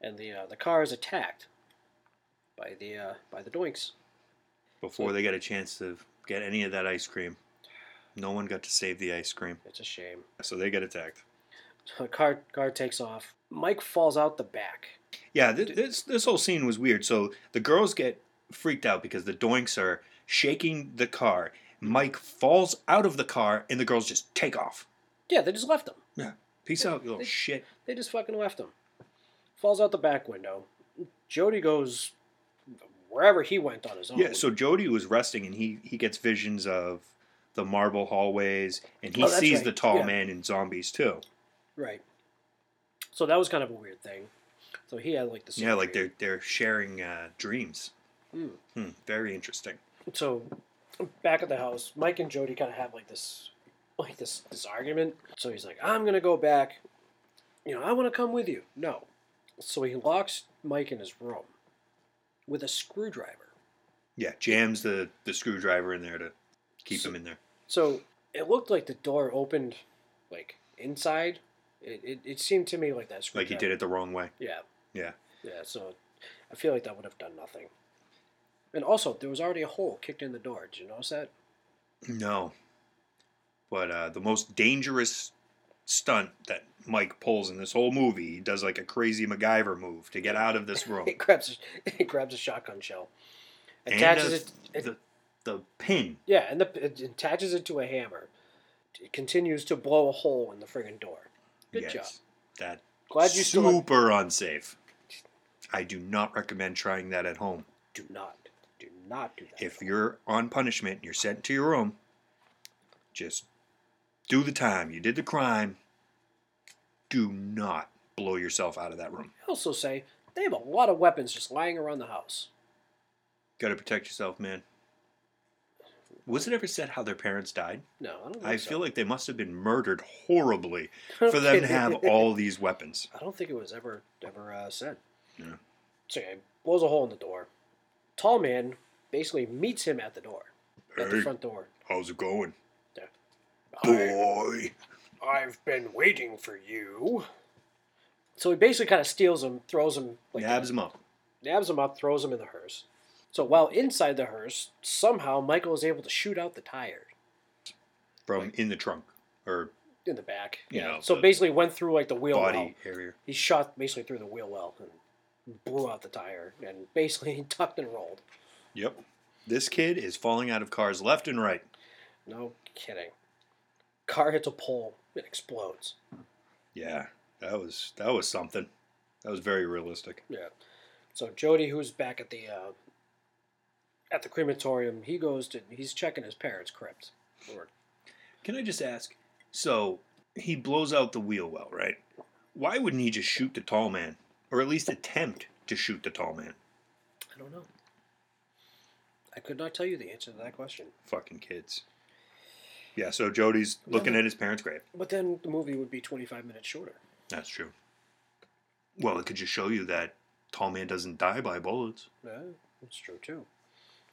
S9: and the uh, the car is attacked by the uh, by the Doinks.
S1: Before they got a chance to get any of that ice cream, no one got to save the ice cream.
S9: It's a shame.
S1: So they get attacked.
S9: So the car car takes off. Mike falls out the back.
S1: Yeah, this, this this whole scene was weird. So the girls get freaked out because the doinks are shaking the car. Mike falls out of the car, and the girls just take off.
S9: Yeah, they just left him.
S1: Yeah, peace out, you little shit.
S9: They just fucking left him. Falls out the back window. Jody goes wherever he went on his own.
S1: Yeah. So Jody was resting, and he he gets visions of the marble hallways, and he
S9: Oh, that's
S1: sees
S9: right.
S1: the tall
S9: Yeah.
S1: man in zombies too.
S9: Right. So that was kind of a weird thing. So he had like the
S1: Yeah, like
S9: surgery.
S1: they're they're sharing uh, dreams.
S9: Mm.
S1: Hmm, very interesting.
S9: so back at the house, Mike and Jody kind of have like this like this this argument. So he's like, "I'm gonna go back. You know, I want to come with you." No. So he locks Mike in his room with a screwdriver.
S1: Yeah, jams the the screwdriver in there to keep
S9: So-
S1: him in there.
S9: So it looked like the door opened like inside. It it, it seemed to me like that
S1: Like
S9: screwdriver.
S1: he did it the wrong way.
S9: Yeah.
S1: Yeah.
S9: Yeah, so I feel like that would have done nothing. And also, there was already a hole kicked in the door. Did you notice that?
S1: No. But uh, the most dangerous stunt that Mike pulls in this whole movie, he does like a crazy MacGyver move to get out of this room.
S9: It grabs, it grabs a shotgun shell,
S1: And,
S9: attaches
S1: uh,
S9: it, it-
S1: The, the pin.
S9: yeah, and the, it attaches it to a hammer. It continues to blow a hole in the friggin' door. Good job.
S1: That
S9: Glad you
S1: super
S9: still
S1: unsafe. I do not recommend trying that at home.
S9: do not, do not do that.
S1: If you're on punishment and you're sent to your room, just do the time. You did the crime. Do not blow yourself out of that room.
S9: I also say they have a lot of weapons just lying around the house.
S1: Got to protect yourself, man. Was it ever said how their parents died?
S9: No, I don't. Think
S1: I
S9: so.
S1: feel like they must have been murdered horribly for them to have all these weapons.
S9: I don't think it was ever ever uh, said.
S1: Yeah.
S9: So yeah, he blows a hole in the door. Tall man basically meets him at the door, at the
S1: Hey.
S9: front door.
S1: How's it going,
S9: I,
S1: boy?
S9: I've been waiting for you. So he basically kind of steals him, throws him,
S1: Nabs him up.
S9: nabs him up, throws him in the hearse. So while inside the hearse, somehow Michael is able to shoot out the tire
S1: from in the trunk or
S9: in the back.
S1: You know,
S9: so
S1: the
S9: basically went through like the wheel well.
S1: body area.
S9: He shot basically through the wheel well and blew out the tire and basically tucked and rolled.
S1: Yep. This kid is falling out of cars left and right.
S9: No kidding. Car hits a pole. It explodes.
S1: Yeah, that was that was something. That was very realistic.
S9: Yeah. So Jody, who's back at the uh, at the crematorium, he goes to he's checking his parents' crypt. Or
S1: Can I just ask? So he blows out the wheel well, right? Why wouldn't he just shoot the tall man, or at least attempt to shoot the tall man?
S9: I don't know. I could not tell you the answer to that question.
S1: Fucking kids. Yeah. So Jody's looking at his parents' grave.
S9: But then the movie would be 25 minutes shorter.
S1: That's true. Well, it could just show you that tall man doesn't die by bullets.
S9: Yeah, that's true too.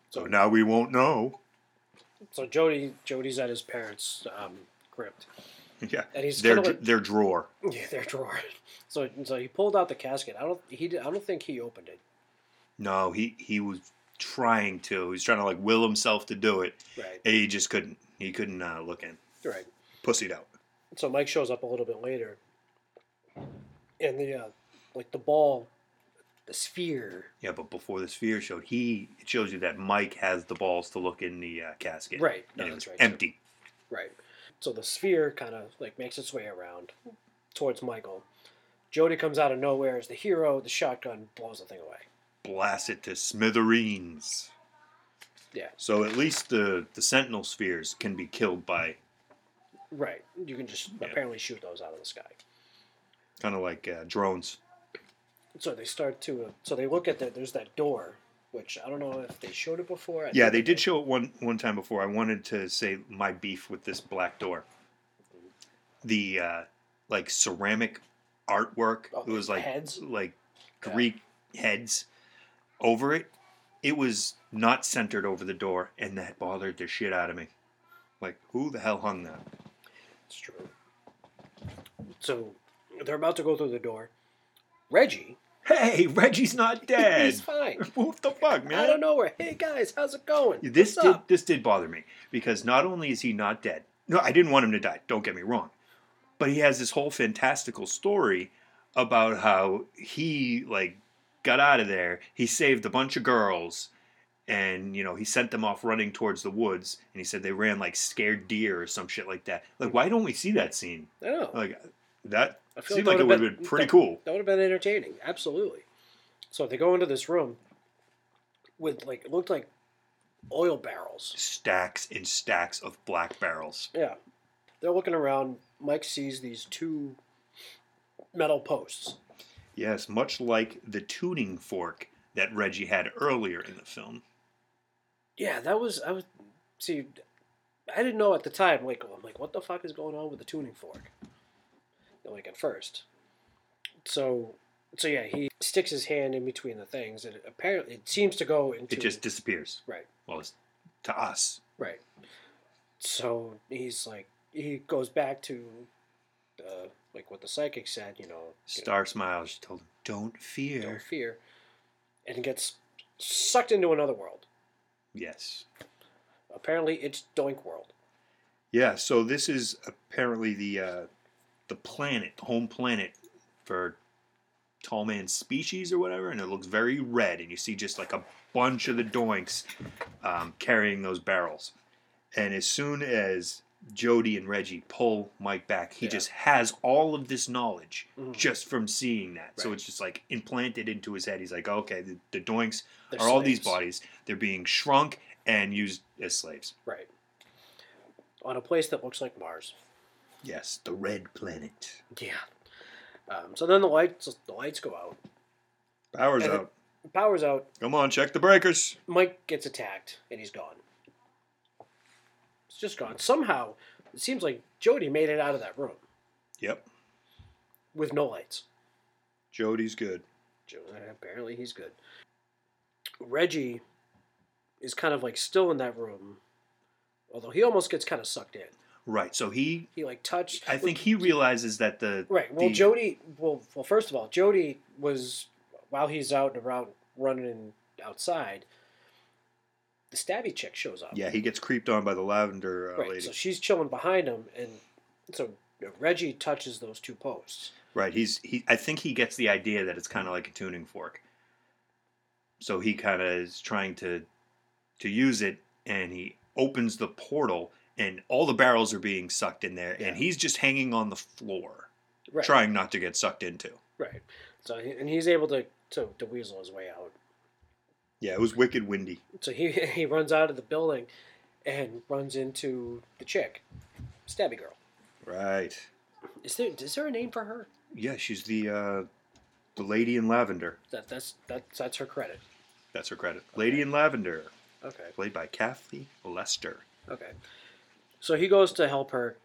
S1: So now we won't know.
S9: So Jody, Jody's at his parents' um, crypt,
S1: Yeah.
S9: and he's
S1: Their
S9: kind of like,
S1: their drawer.
S9: yeah, their drawer. So, so he pulled out the casket. I don't. He. did- I don't think he opened it.
S1: No, he he was trying to. He was trying to like will himself to do it,
S9: Right.
S1: and he just couldn't. He couldn't uh, look in.
S9: Right.
S1: pussied out.
S9: So Mike shows up a little bit later, and the uh, like the ball, the sphere.
S1: Yeah, but before the sphere showed, he it shows you that Mike has the balls to look in the uh, casket.
S9: Right. No,
S1: and it
S9: that's
S1: was
S9: right, too.
S1: empty.
S9: Right. So the sphere kind of like makes its way around towards Michael. Jody comes out of nowhere as the hero. The shotgun blows the thing away.
S1: Blast it to smithereens.
S9: Yeah.
S1: So at least the the sentinel spheres can be killed by
S9: Right. You can just apparently shoot those out of the sky.
S1: kind of like uh, drones.
S9: So they start to. Uh, so they look at that. There's that door, which I don't know if they showed it before. I
S1: Yeah,
S9: think
S1: they did show it one one time before. I wanted to say my beef with this black door. The uh, like ceramic artwork.
S9: Oh,
S1: it was like
S9: heads?
S1: like
S9: Yeah.
S1: Greek heads over it. It was not centered over the door, and that bothered the shit out of me. Like, who the hell hung that?
S9: It's true. So they're about to go through the door. Reggie,
S1: Hey, Reggie's not dead.
S9: he's fine.
S1: what the fuck, man?
S9: Out of nowhere. Hey guys, how's it going?
S1: This
S9: What's
S1: did
S9: up?"
S1: this did bother me because not only is he not dead, no, I didn't want him to die. Don't get me wrong, but he has this whole fantastical story about how he like got out of there. He saved a bunch of girls, and you know he sent them off running towards the woods. And he said they ran like scared deer or some shit like that. Like, why don't we see that scene?
S9: I know.
S1: Like that
S9: I feel
S1: seemed
S9: that
S1: like it would
S9: would've
S1: have
S9: been-
S1: been pretty
S9: that-
S1: cool.
S9: That would have been entertaining. Absolutely. So they go into this room with like it looked like oil barrels.
S1: Stacks and stacks of black barrels.
S9: Yeah. They're looking around. Mike sees these two metal posts.
S1: Yes, much like the tuning fork that Reggie had earlier in the film.
S9: Yeah, that was I was see I didn't know at the time, like I'm like, what the fuck is going on with the tuning fork? Like at first. So so yeah, he sticks his hand in between the things and it apparently it seems to go into
S1: It just disappears.
S9: right.
S1: Well, it's to us.
S9: Right. So he's like, he goes back to, uh, like what the psychic said, you know,
S1: Star smiles. She told him, "Don't fear."
S9: don't fear, and gets sucked into another world.
S1: Yes.
S9: Apparently, it's Doink World.
S1: Yeah. So this is apparently the uh, the planet, the home planet for tall man's species or whatever, and it looks very red, and you see just like a bunch of the doinks um, carrying those barrels. And as soon as Jody and Reggie pull Mike back, he
S9: Yeah.
S1: just has all of this knowledge
S9: Mhm.
S1: just from seeing that. So
S9: Right.
S1: it's just like implanted into his head. He's like, okay, the, the doinks
S9: They're
S1: are all these
S9: slaves.
S1: bodies. They're being shrunk and used as slaves.
S9: Right. On a place that looks like Mars.
S1: Yes, the red planet.
S9: Yeah. Um, so then the lights, the lights go out.
S1: Power's
S9: And it-
S1: out.
S9: Power's out.
S1: Come on, check the breakers.
S9: Mike gets attacked and he's gone. It's just gone. Somehow, it seems like Jody made it out of that room
S1: Yep.
S9: with no lights.
S1: Jody's good.
S9: Joe- Apparently, he's good. Reggie is kind of like still in that room, although he almost gets kind of sucked in.
S1: Right. So he
S9: He like touched.
S1: I think he realizes that the
S9: Right. Well,
S1: the-
S9: Jody. Well, well. First of all, Jody was while he's out and around running outside. The stabby chick shows up.
S1: Yeah, he gets creeped on by the lavender uh,
S9: Right.
S1: lady.
S9: So she's chilling behind him, and so Reggie touches those two posts.
S1: right. He's he I think he gets the idea that it's kind of like a tuning fork. So he kind of is trying to to use it and he opens the portal and all the barrels are being sucked in there and he's just hanging on the floor
S9: Right.
S1: trying not to get sucked into.
S9: Right. So he- and he's able to, to to weasel his way out.
S1: Yeah, it was wicked windy.
S9: So he he runs out of the building and runs into the chick, Stabby Girl.
S1: Right.
S9: Is there is there a name for her?
S1: Yeah, she's the uh the lady in lavender.
S9: That that's that's that's her credit.
S1: That's her credit. Lady in Lavender,
S9: Okay.
S1: played by Kathy Lester.
S9: Okay. So he goes to help her,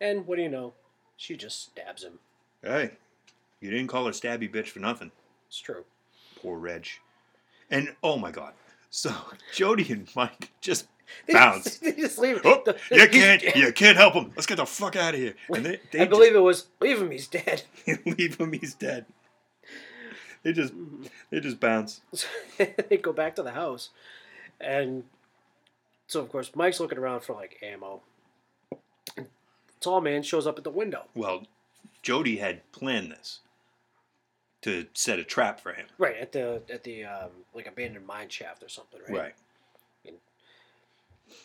S9: and what do you know? She just stabs him.
S1: Hey, you didn't call her stabby bitch for nothing.
S9: It's true.
S1: Poor Reg. And oh my god. So Jody and Mike just
S9: They
S1: bounce.
S9: just- they just leave. him.
S1: Oh,
S9: The-
S1: you can't, you can't help him. Let's get the fuck out of here. And they, they
S9: I believe it was leave him. He's dead.
S1: just, leave him. He's dead. They just,
S9: Mm-hmm.
S1: they just bounce.
S9: So they go back to the house, and so of course Mike's looking around for like ammo. tall man shows up at the window.
S1: Well, Jody had planned this to set a trap for him.
S9: Right at the at the um, like abandoned mine shaft or something, right?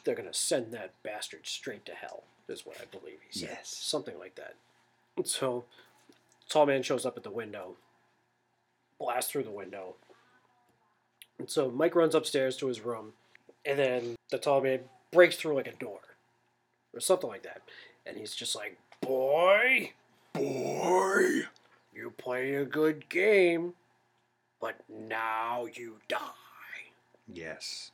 S9: They're gonna send that bastard straight to hell. Is what I believe he said.
S1: Yes.
S9: Something like that. So, tall man shows up at the window, blasts through the window. And so Mike runs upstairs to his room, and then the tall man breaks through like a door, or something like that. And he's just like, "Boy,
S1: Boy.
S9: You play a good game, but now you die.
S1: Yes.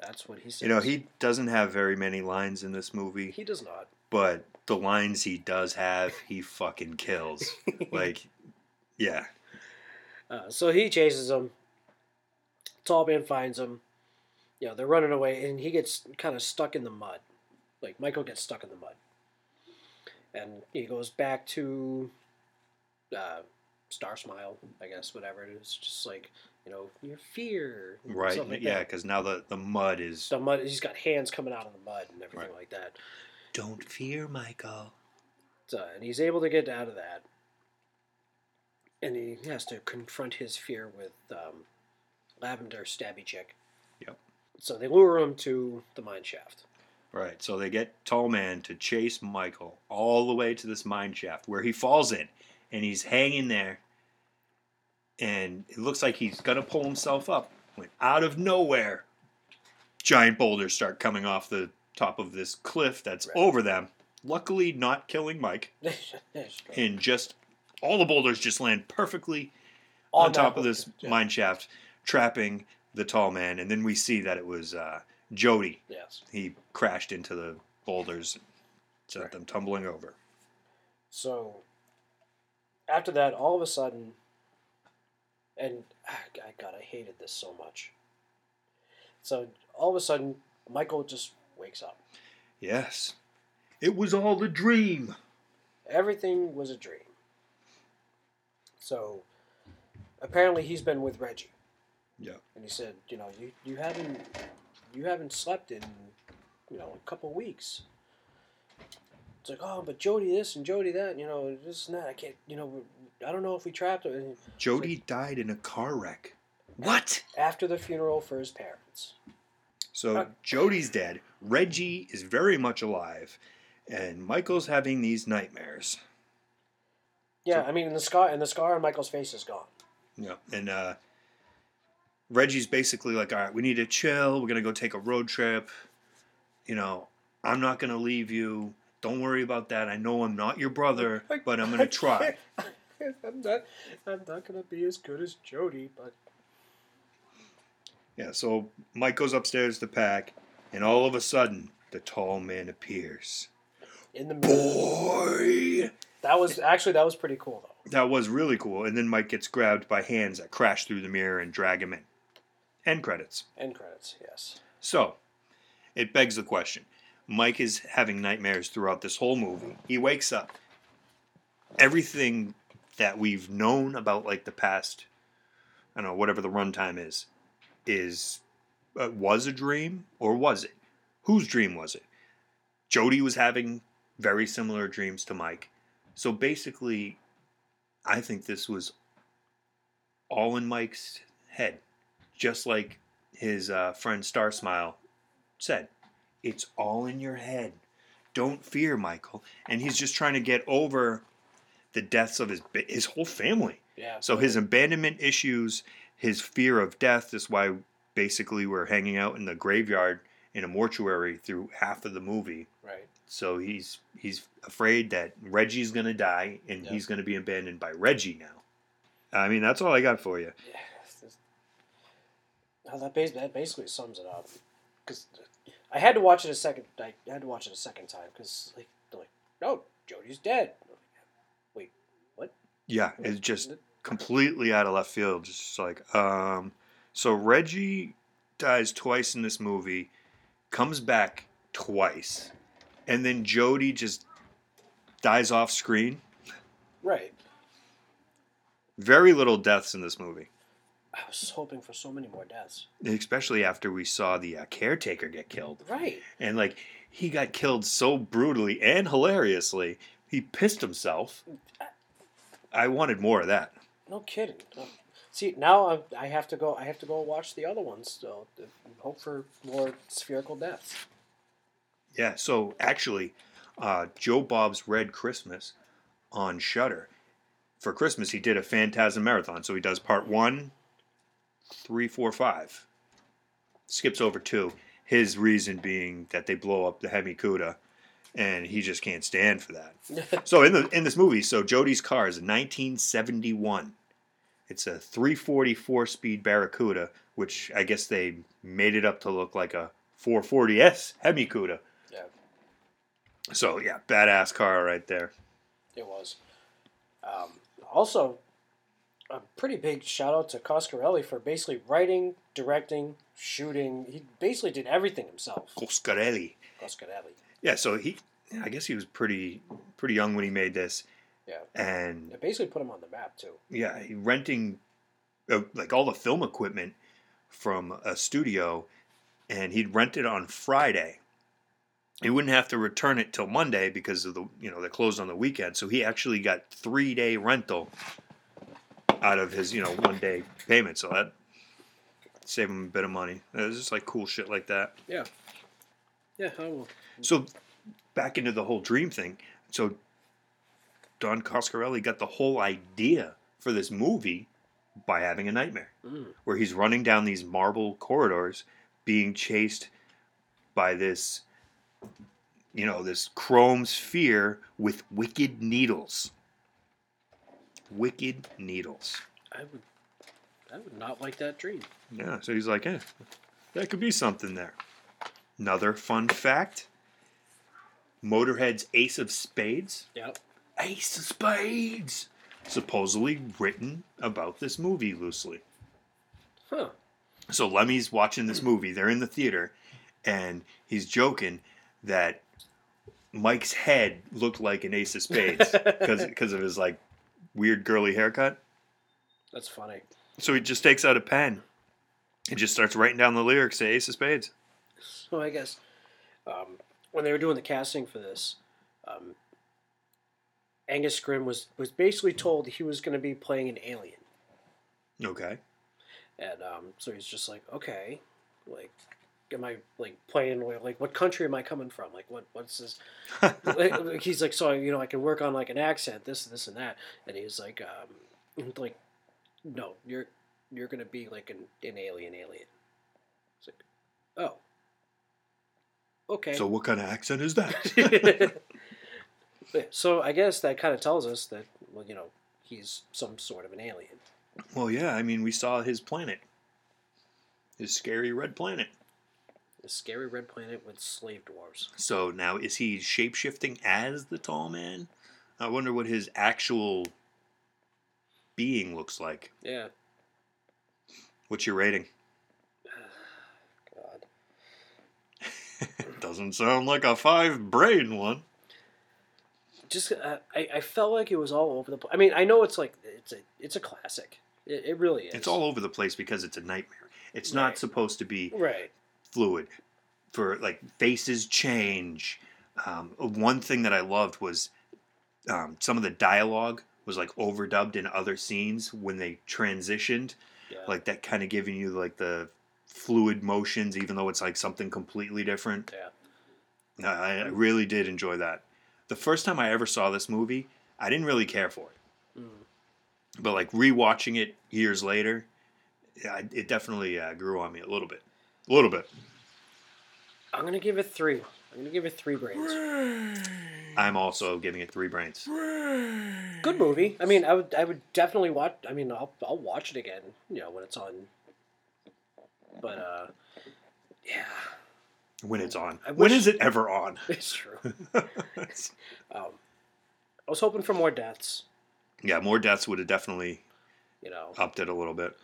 S9: That's what he says.
S1: You know, he doesn't have very many lines in this movie,
S9: he does not.
S1: but the lines he does have, he fucking kills. like, yeah.
S9: Uh, so he chases him. Tall man finds him. You know, they're running away, and he gets kind of stuck in the mud. Like Michael gets stuck in the mud, and he goes back to uh, Star Smile, I guess, whatever it is. Just like you know, your fear, and
S1: Right.
S9: stuff like
S1: yeah,
S9: that.
S1: because now the, the mud is.
S9: The mud. He's got hands coming out of the mud and everything
S1: Right.
S9: like that.
S1: Don't fear, Michael.
S9: So, uh, and he's able to get out of that. And he has to confront his fear with um, Lavender Stabby Chick.
S1: Yep.
S9: So they lure him to the mine shaft.
S1: Right. So they get Tall Man to chase Michael all the way to this mine shaft where he falls in and he's hanging there. And it looks like he's going to pull himself up when out of nowhere, giant boulders start coming off the top of this cliff that's
S9: Right.
S1: over them. Luckily, not killing Mike. And just all the boulders just land perfectly on, top of this mine shaft, trapping the tall man. And then we see that it was uh, Jody
S9: Yes.
S1: he crashed into the boulders, sent
S9: Right.
S1: them tumbling over.
S9: So after that, all of a sudden, and ah, God, God, I hated this so much. So all of a sudden, Michael just wakes up.
S1: Yes, it was all a dream.
S9: Everything was a dream. So apparently he's been with Reggie
S1: Yeah,
S9: and he said, you know, you, you haven't you haven't slept in you know, a couple weeks. It's like, oh, but Jody this and Jody that, you know, this and that. I can't, you know, I don't know if we trapped him. And
S1: Jody died in a car wreck. What?
S9: After the funeral for his parents.
S1: So Jody's dead. Reggie is very much alive, and Michael's having these nightmares.
S9: Yeah, I mean, and the scar and the scar on Michael's face is gone.
S1: Yeah, and uh, Reggie's basically like, all right, we need to chill. We're gonna go take a road trip. You know, I'm not gonna leave you. Don't worry about that. I know I'm not your brother, but I'm gonna try.
S9: I'm not, I'm not gonna be as good as Jody, but
S1: Yeah, so Mike goes upstairs to pack, and all of a sudden, the tall man appears.
S9: in the middle,
S1: Boy!
S9: that was actually that was pretty cool though.
S1: That was really cool. And then Mike gets grabbed by hands that crash through the mirror and drag him in. End credits.
S9: End credits, yes.
S1: So, it begs the question Mike is having nightmares throughout this whole movie. He wakes up. Everything that we've known about, like the past, I don't know, whatever the runtime is, is uh, was a dream or was it? Whose dream was it? Jody was having very similar dreams to Mike. So basically, I think this was all in Mike's head, just like his uh, friend Star Smile said. It's all in your head. Don't fear, Michael. And he's just trying to get over the deaths of his bi- his whole family.
S9: Yeah.
S1: So his abandonment issues, his fear of death is why basically we're hanging out in the graveyard in a mortuary through half of the movie.
S9: right.
S1: So he's he's afraid that Reggie's gonna die and
S9: Yeah.
S1: he's gonna be abandoned by Reggie now. I mean that's all I got for you.
S9: Yeah. No, that, bas- that basically sums it up. Because I had to watch it a second. I had to watch it a second time because like they're like, no, Jody's dead. I'm like, Wait, what?
S1: Yeah, it's just completely out of left field. Just like um, so Reggie dies twice in this movie, comes back twice, and then Jody just dies off screen.
S9: Right.
S1: Very little deaths in this movie,
S9: I was hoping for so many more deaths.
S1: especially after we saw the uh, caretaker get killed.
S9: Right.
S1: And like He got killed so brutally and hilariously, he pissed himself. I wanted more of that.
S9: No kidding. No. See, now I'm, I have to go. I have to go watch the other ones. So uh, hope for more spherical deaths.
S1: Yeah, so actually, uh, Joe Bob's Red Christmas on Shutter. For Christmas, he did a Phantasm marathon, so he does part one, three, four, five. Skips over two. His reason being that they blow up the Hemi Cuda, and he just can't stand for that. so in the in this movie, so Jody's car is a 1971. It's a 344 speed Barracuda, which I guess they made it up to look like a 440S Hemi Cuda.
S9: Yeah,
S1: So yeah, badass car right there.
S9: it was. Um, also, a pretty big shout out to Coscarelli for basically writing, directing, shooting. He basically did everything himself.
S1: Coscarelli.
S9: Coscarelli.
S1: Yeah, so he, I guess he was pretty pretty young when he made this,
S9: Yeah.
S1: and
S9: It basically put him on the map too.
S1: yeah, he renting uh, like all the film equipment from a studio, and he'd rent it on Friday. He wouldn't have to return it till Monday because of the you know they closed on the weekend, so he actually got three day rental out of his you know one day payment. So that saved him a bit of money. It was just like cool shit like that.
S9: Yeah. Yeah. I will.
S1: So back into the whole dream thing. So Don Coscarelli got the whole idea for this movie by having a nightmare
S9: Mm.
S1: where he's running down these marble corridors being chased by this you know this chrome sphere with wicked needles wicked needles
S9: I would. I would not like that dream.
S1: yeah, so he's like, eh, that could be something there. Another fun fact Motorhead's Ace of Spades.
S9: Yep.
S1: Ace of Spades! Supposedly written about this movie loosely.
S9: Huh.
S1: So Lemmy's watching this movie. They're in the theater, and he's joking that Mike's head looked like an Ace of Spades because of his like weird girly haircut.
S9: That's funny.
S1: So he just takes out a pen and just starts writing down the lyrics to Ace of Spades.
S9: So I guess um, when they were doing the casting for this, um, Angus Grimm was was basically told he was going to be playing an alien,
S1: Okay.
S9: and um, so he's just like, okay, like. Am I like playing with- like what country am I coming from? Like what what's this? like, like, he's like so you know I can work on like an accent this this and that, and he's like um like no you're you're gonna be like an, an alien alien. It's like oh okay.
S1: So what kind of accent is that?
S9: Yeah, so I guess that kind of tells us that, well, you know, he's some sort of an alien.
S1: well, yeah, I mean, we saw his planet. His scary red planet.
S9: A scary red planet with slave dwarves.
S1: So now is he shapeshifting as the tall man? I wonder what his actual being looks like.
S9: Yeah.
S1: What's your rating?
S9: God.
S1: Doesn't sound like a five brain one.
S9: Just, uh, I, I felt like it was all over the place. I mean, I know it's like, it's a, it's a classic. It, it really is.
S1: It's all over the place because it's a nightmare. It's not
S9: Right.
S1: supposed to be
S9: Right.
S1: fluid for like faces change um, one thing that i loved was um, some of the dialogue was like overdubbed in other scenes when they transitioned
S9: Yeah.
S1: like that kind of giving you like the fluid motions even though it's like something completely different
S9: Yeah.
S1: I, I I really did enjoy that the first time i ever saw this movie i didn't really care for it
S9: Mm.
S1: but like rewatching it years later I, it definitely uh, grew on me a little bit a little bit
S9: I'm going to give it three. I'm going to give it three brains.
S1: i'm also giving it three brains
S9: Good movie. I mean, I would, I would definitely watch, I mean, I'll, I'll watch it again, you know, when it's on. But, uh, yeah.
S1: when it's on.
S9: I
S1: when
S9: wish-
S1: is it ever on?
S9: It's true. Um, I was hoping for more deaths,
S1: yeah, more deaths would have definitely
S9: you know,
S1: upped it a little bit.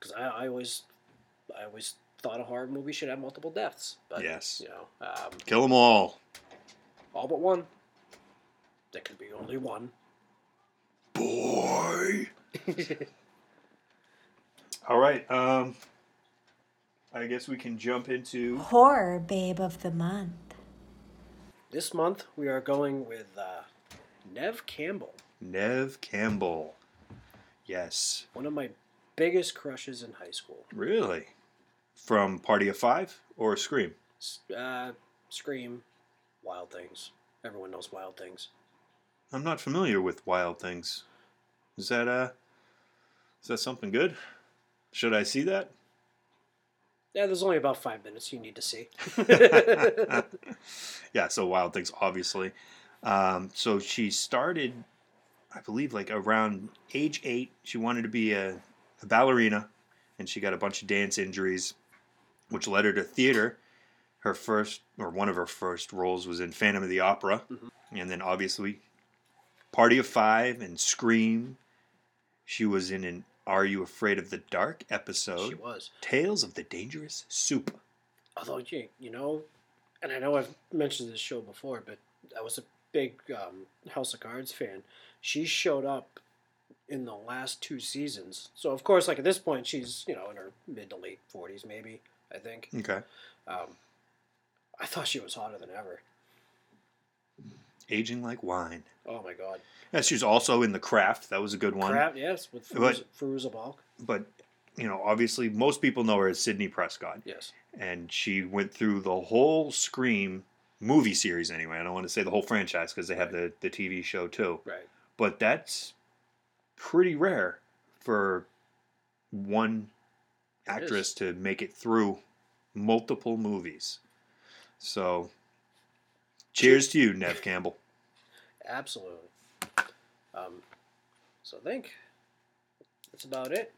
S9: because I, I always, I always thought a horror movie should have multiple deaths, but
S1: Yes.
S9: you know, um,
S1: Kill them all.
S9: all but one. There could be only one.
S1: Boy. all right. Um I guess we can jump into
S6: Horror Babe of the Month.
S9: This month we are going with uh, Nev Campbell,
S1: Nev Campbell. Yes.
S9: one of my biggest crushes in high school.
S1: Really? From Party of Five or Scream?
S9: S- Uh, Scream, Wild Things. Everyone knows Wild Things.
S1: I'm not familiar with Wild Things. Is that uh is that something good? Should I see that?
S9: Yeah, there's only about five minutes you need to see.
S1: yeah, so Wild Things, obviously. Um, so she started, I believe, like around age eight. She wanted to be a, a ballerina, and she got a bunch of dance injuries, which led her to theater. Her first, or one of her first roles, was in Phantom of the Opera, and then obviously Party of Five and Scream. She was in an Are You Afraid of the Dark episode,
S9: she was.
S1: Tales of the Dangerous Soup.
S9: Although, you, you know, and I know I've mentioned this show before, but I was a big um, House of Cards fan. She showed up in the last two seasons. So, of course, like at this point, she's, you know, in her mid to late 40s, maybe, I think.
S1: Okay.
S9: Um, I thought she was hotter than ever.
S1: Aging like wine.
S9: Oh, my God.
S1: Yeah, she was also in The Craft. That was a good one.
S9: Crap, yes, with Firuza,
S1: But-
S9: Firuza Balk.
S1: But, you know, obviously most people know her as Sydney Prescott.
S9: Yes.
S1: And she went through the whole Scream movie series anyway. I don't want to say the whole franchise because they have the, the TV show too.
S9: Right.
S1: But that's pretty rare for one actress to make it through multiple movies. So, cheers to you, Nev Campbell.
S9: Absolutely. Um, so, I think that's about it.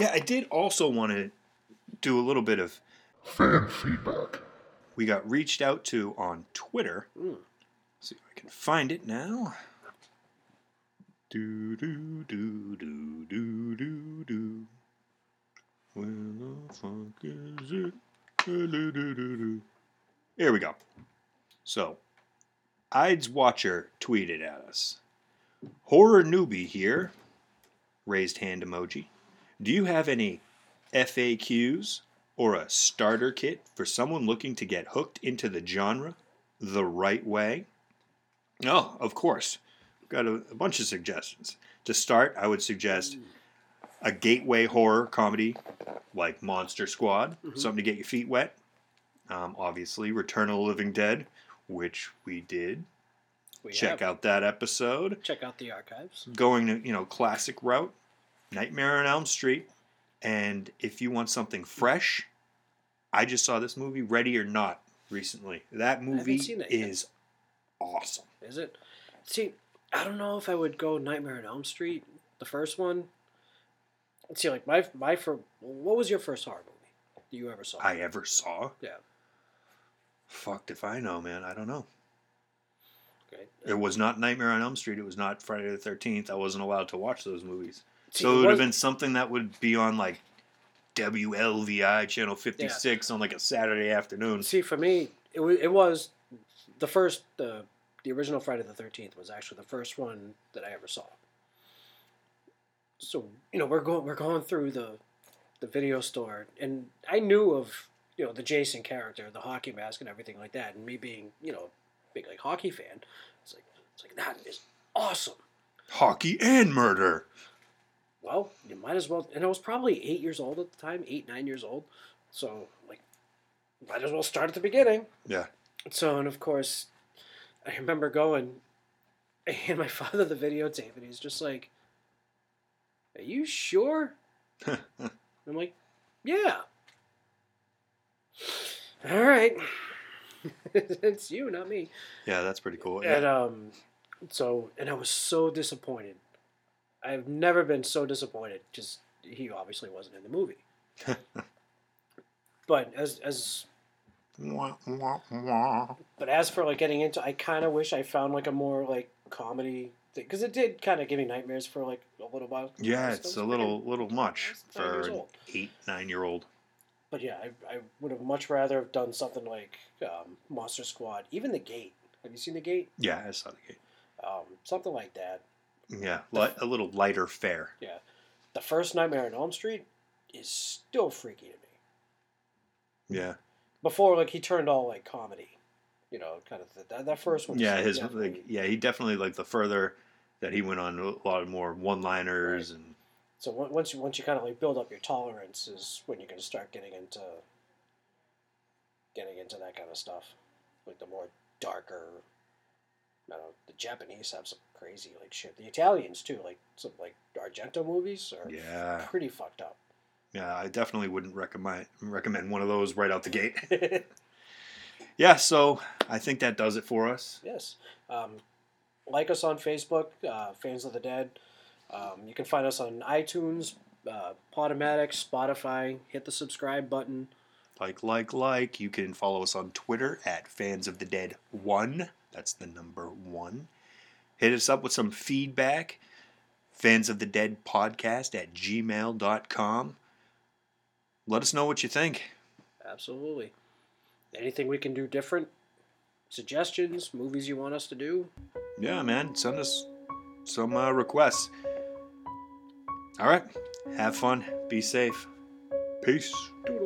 S1: Yeah, I did also want to do a little bit of
S4: Fan feedback.
S1: we got reached out to on Twitter.
S9: Mm.
S1: see if I can find it now. Do do do do do do do. Where the fuck is it? Do, do, do, do, do. Here we go. So, Ides Watcher tweeted at us. Horror newbie here. Raised hand emoji. Do you have any FAQs or a starter kit for someone looking to get hooked into the genre the right way? No, of course. We've got a, a bunch of suggestions. To start, I would suggest a gateway horror comedy like Monster Squad, something to get your feet wet. Um, obviously, Return of the Living Dead, which we did.
S9: We
S1: Check
S9: have-
S1: out that episode
S9: Check out the archives.
S1: going to you know classic route, Nightmare on Elm Street, and if you want something fresh, I just saw this movie Ready or Not recently. That movie
S9: seen that yet.
S1: is awesome.
S9: Is it? See, I don't know if I would go Nightmare on Elm Street, the first one. See, like my my for what was your first horror movie you ever saw?
S1: I ever saw.
S9: Yeah.
S1: Fucked if I know, man. I don't know.
S9: Okay.
S1: It was not Nightmare on Elm Street. It was not Friday the Thirteenth. I wasn't allowed to watch those movies,
S9: See,
S1: so it would have
S9: was-
S1: been something that would be on like WLVI channel fifty six on like a Saturday afternoon.
S9: See, for me, it was it was the first the the original Friday the Thirteenth was actually the first one that I ever saw. So you know we're going we're going through the the video store, and I knew of you know the Jason character, the hockey mask, and everything like that, and me being you know a big like hockey fan, it's like it's like that is awesome.
S1: Hockey and murder.
S9: Well, you might as well, and I was probably eight years old at the time, eight nine years old, so like might as well start at the beginning.
S1: Yeah.
S9: So, and of course, I remember going, I hand my father the videotape, and he's just like, Are you sure? I'm like, Yeah. All right. it's you, not me.
S1: Yeah, that's pretty cool.
S9: And um, so and I was so disappointed. I've never been so disappointed. Just he obviously wasn't in the movie. but as as
S1: Wah, wah, wah.
S9: But as for like getting into, I kind of wish I found like a more like comedy thing because it did kind of give me nightmares for like a little while. I
S1: Yeah,
S9: was- I
S1: it's
S9: was
S1: a
S9: freaking-
S1: little little much
S9: was nine
S1: for
S9: years
S1: an
S9: old.
S1: eight nine year old.
S9: But yeah, I, I would have much rather have done something like um, Monster Squad, even The Gate. Have you seen The Gate?
S1: Yeah, I saw the game.
S9: Um, something like that.
S1: Yeah, li- a little lighter fare.
S9: Yeah, the first Nightmare on Elm Street is still freaky to me.
S1: Yeah,
S9: Before like he turned all like comedy. you know, kind of th- that, that first one.
S1: Yeah,
S9: was
S1: his
S9: definitely-
S1: like, yeah, he definitely like the further that he went on a lot more one-liners
S9: Right.
S1: and
S9: so on- once you once you kind of like build up your tolerance is when you're going to start getting into getting into that kind of stuff, like the more darker. I don't know. The Japanese have some crazy like shit. The Italians too, like some like Argento movies are
S1: yeah,
S9: pretty fucked up.
S1: yeah, I definitely wouldn't recommend recommend one of those right out the gate. Yeah, so I think that does it for us.
S9: Yes. Um, like us on Facebook, uh, Fans of the Dead. Um, you can find us on iTunes, uh, Podomatic, Spotify. Hit the subscribe button.
S1: Like, like, like. You can follow us on Twitter at Fans of the Dead One. That's the number one. Hit us up with some feedback. Fans of the Dead Podcast at gmail.com. Let us know what you think.
S9: Absolutely. Anything we can do different? Suggestions, movies you want us to do?
S1: Yeah, man. Send us some uh, requests. All right. Have fun. Be safe. Peace.
S9: Doodle.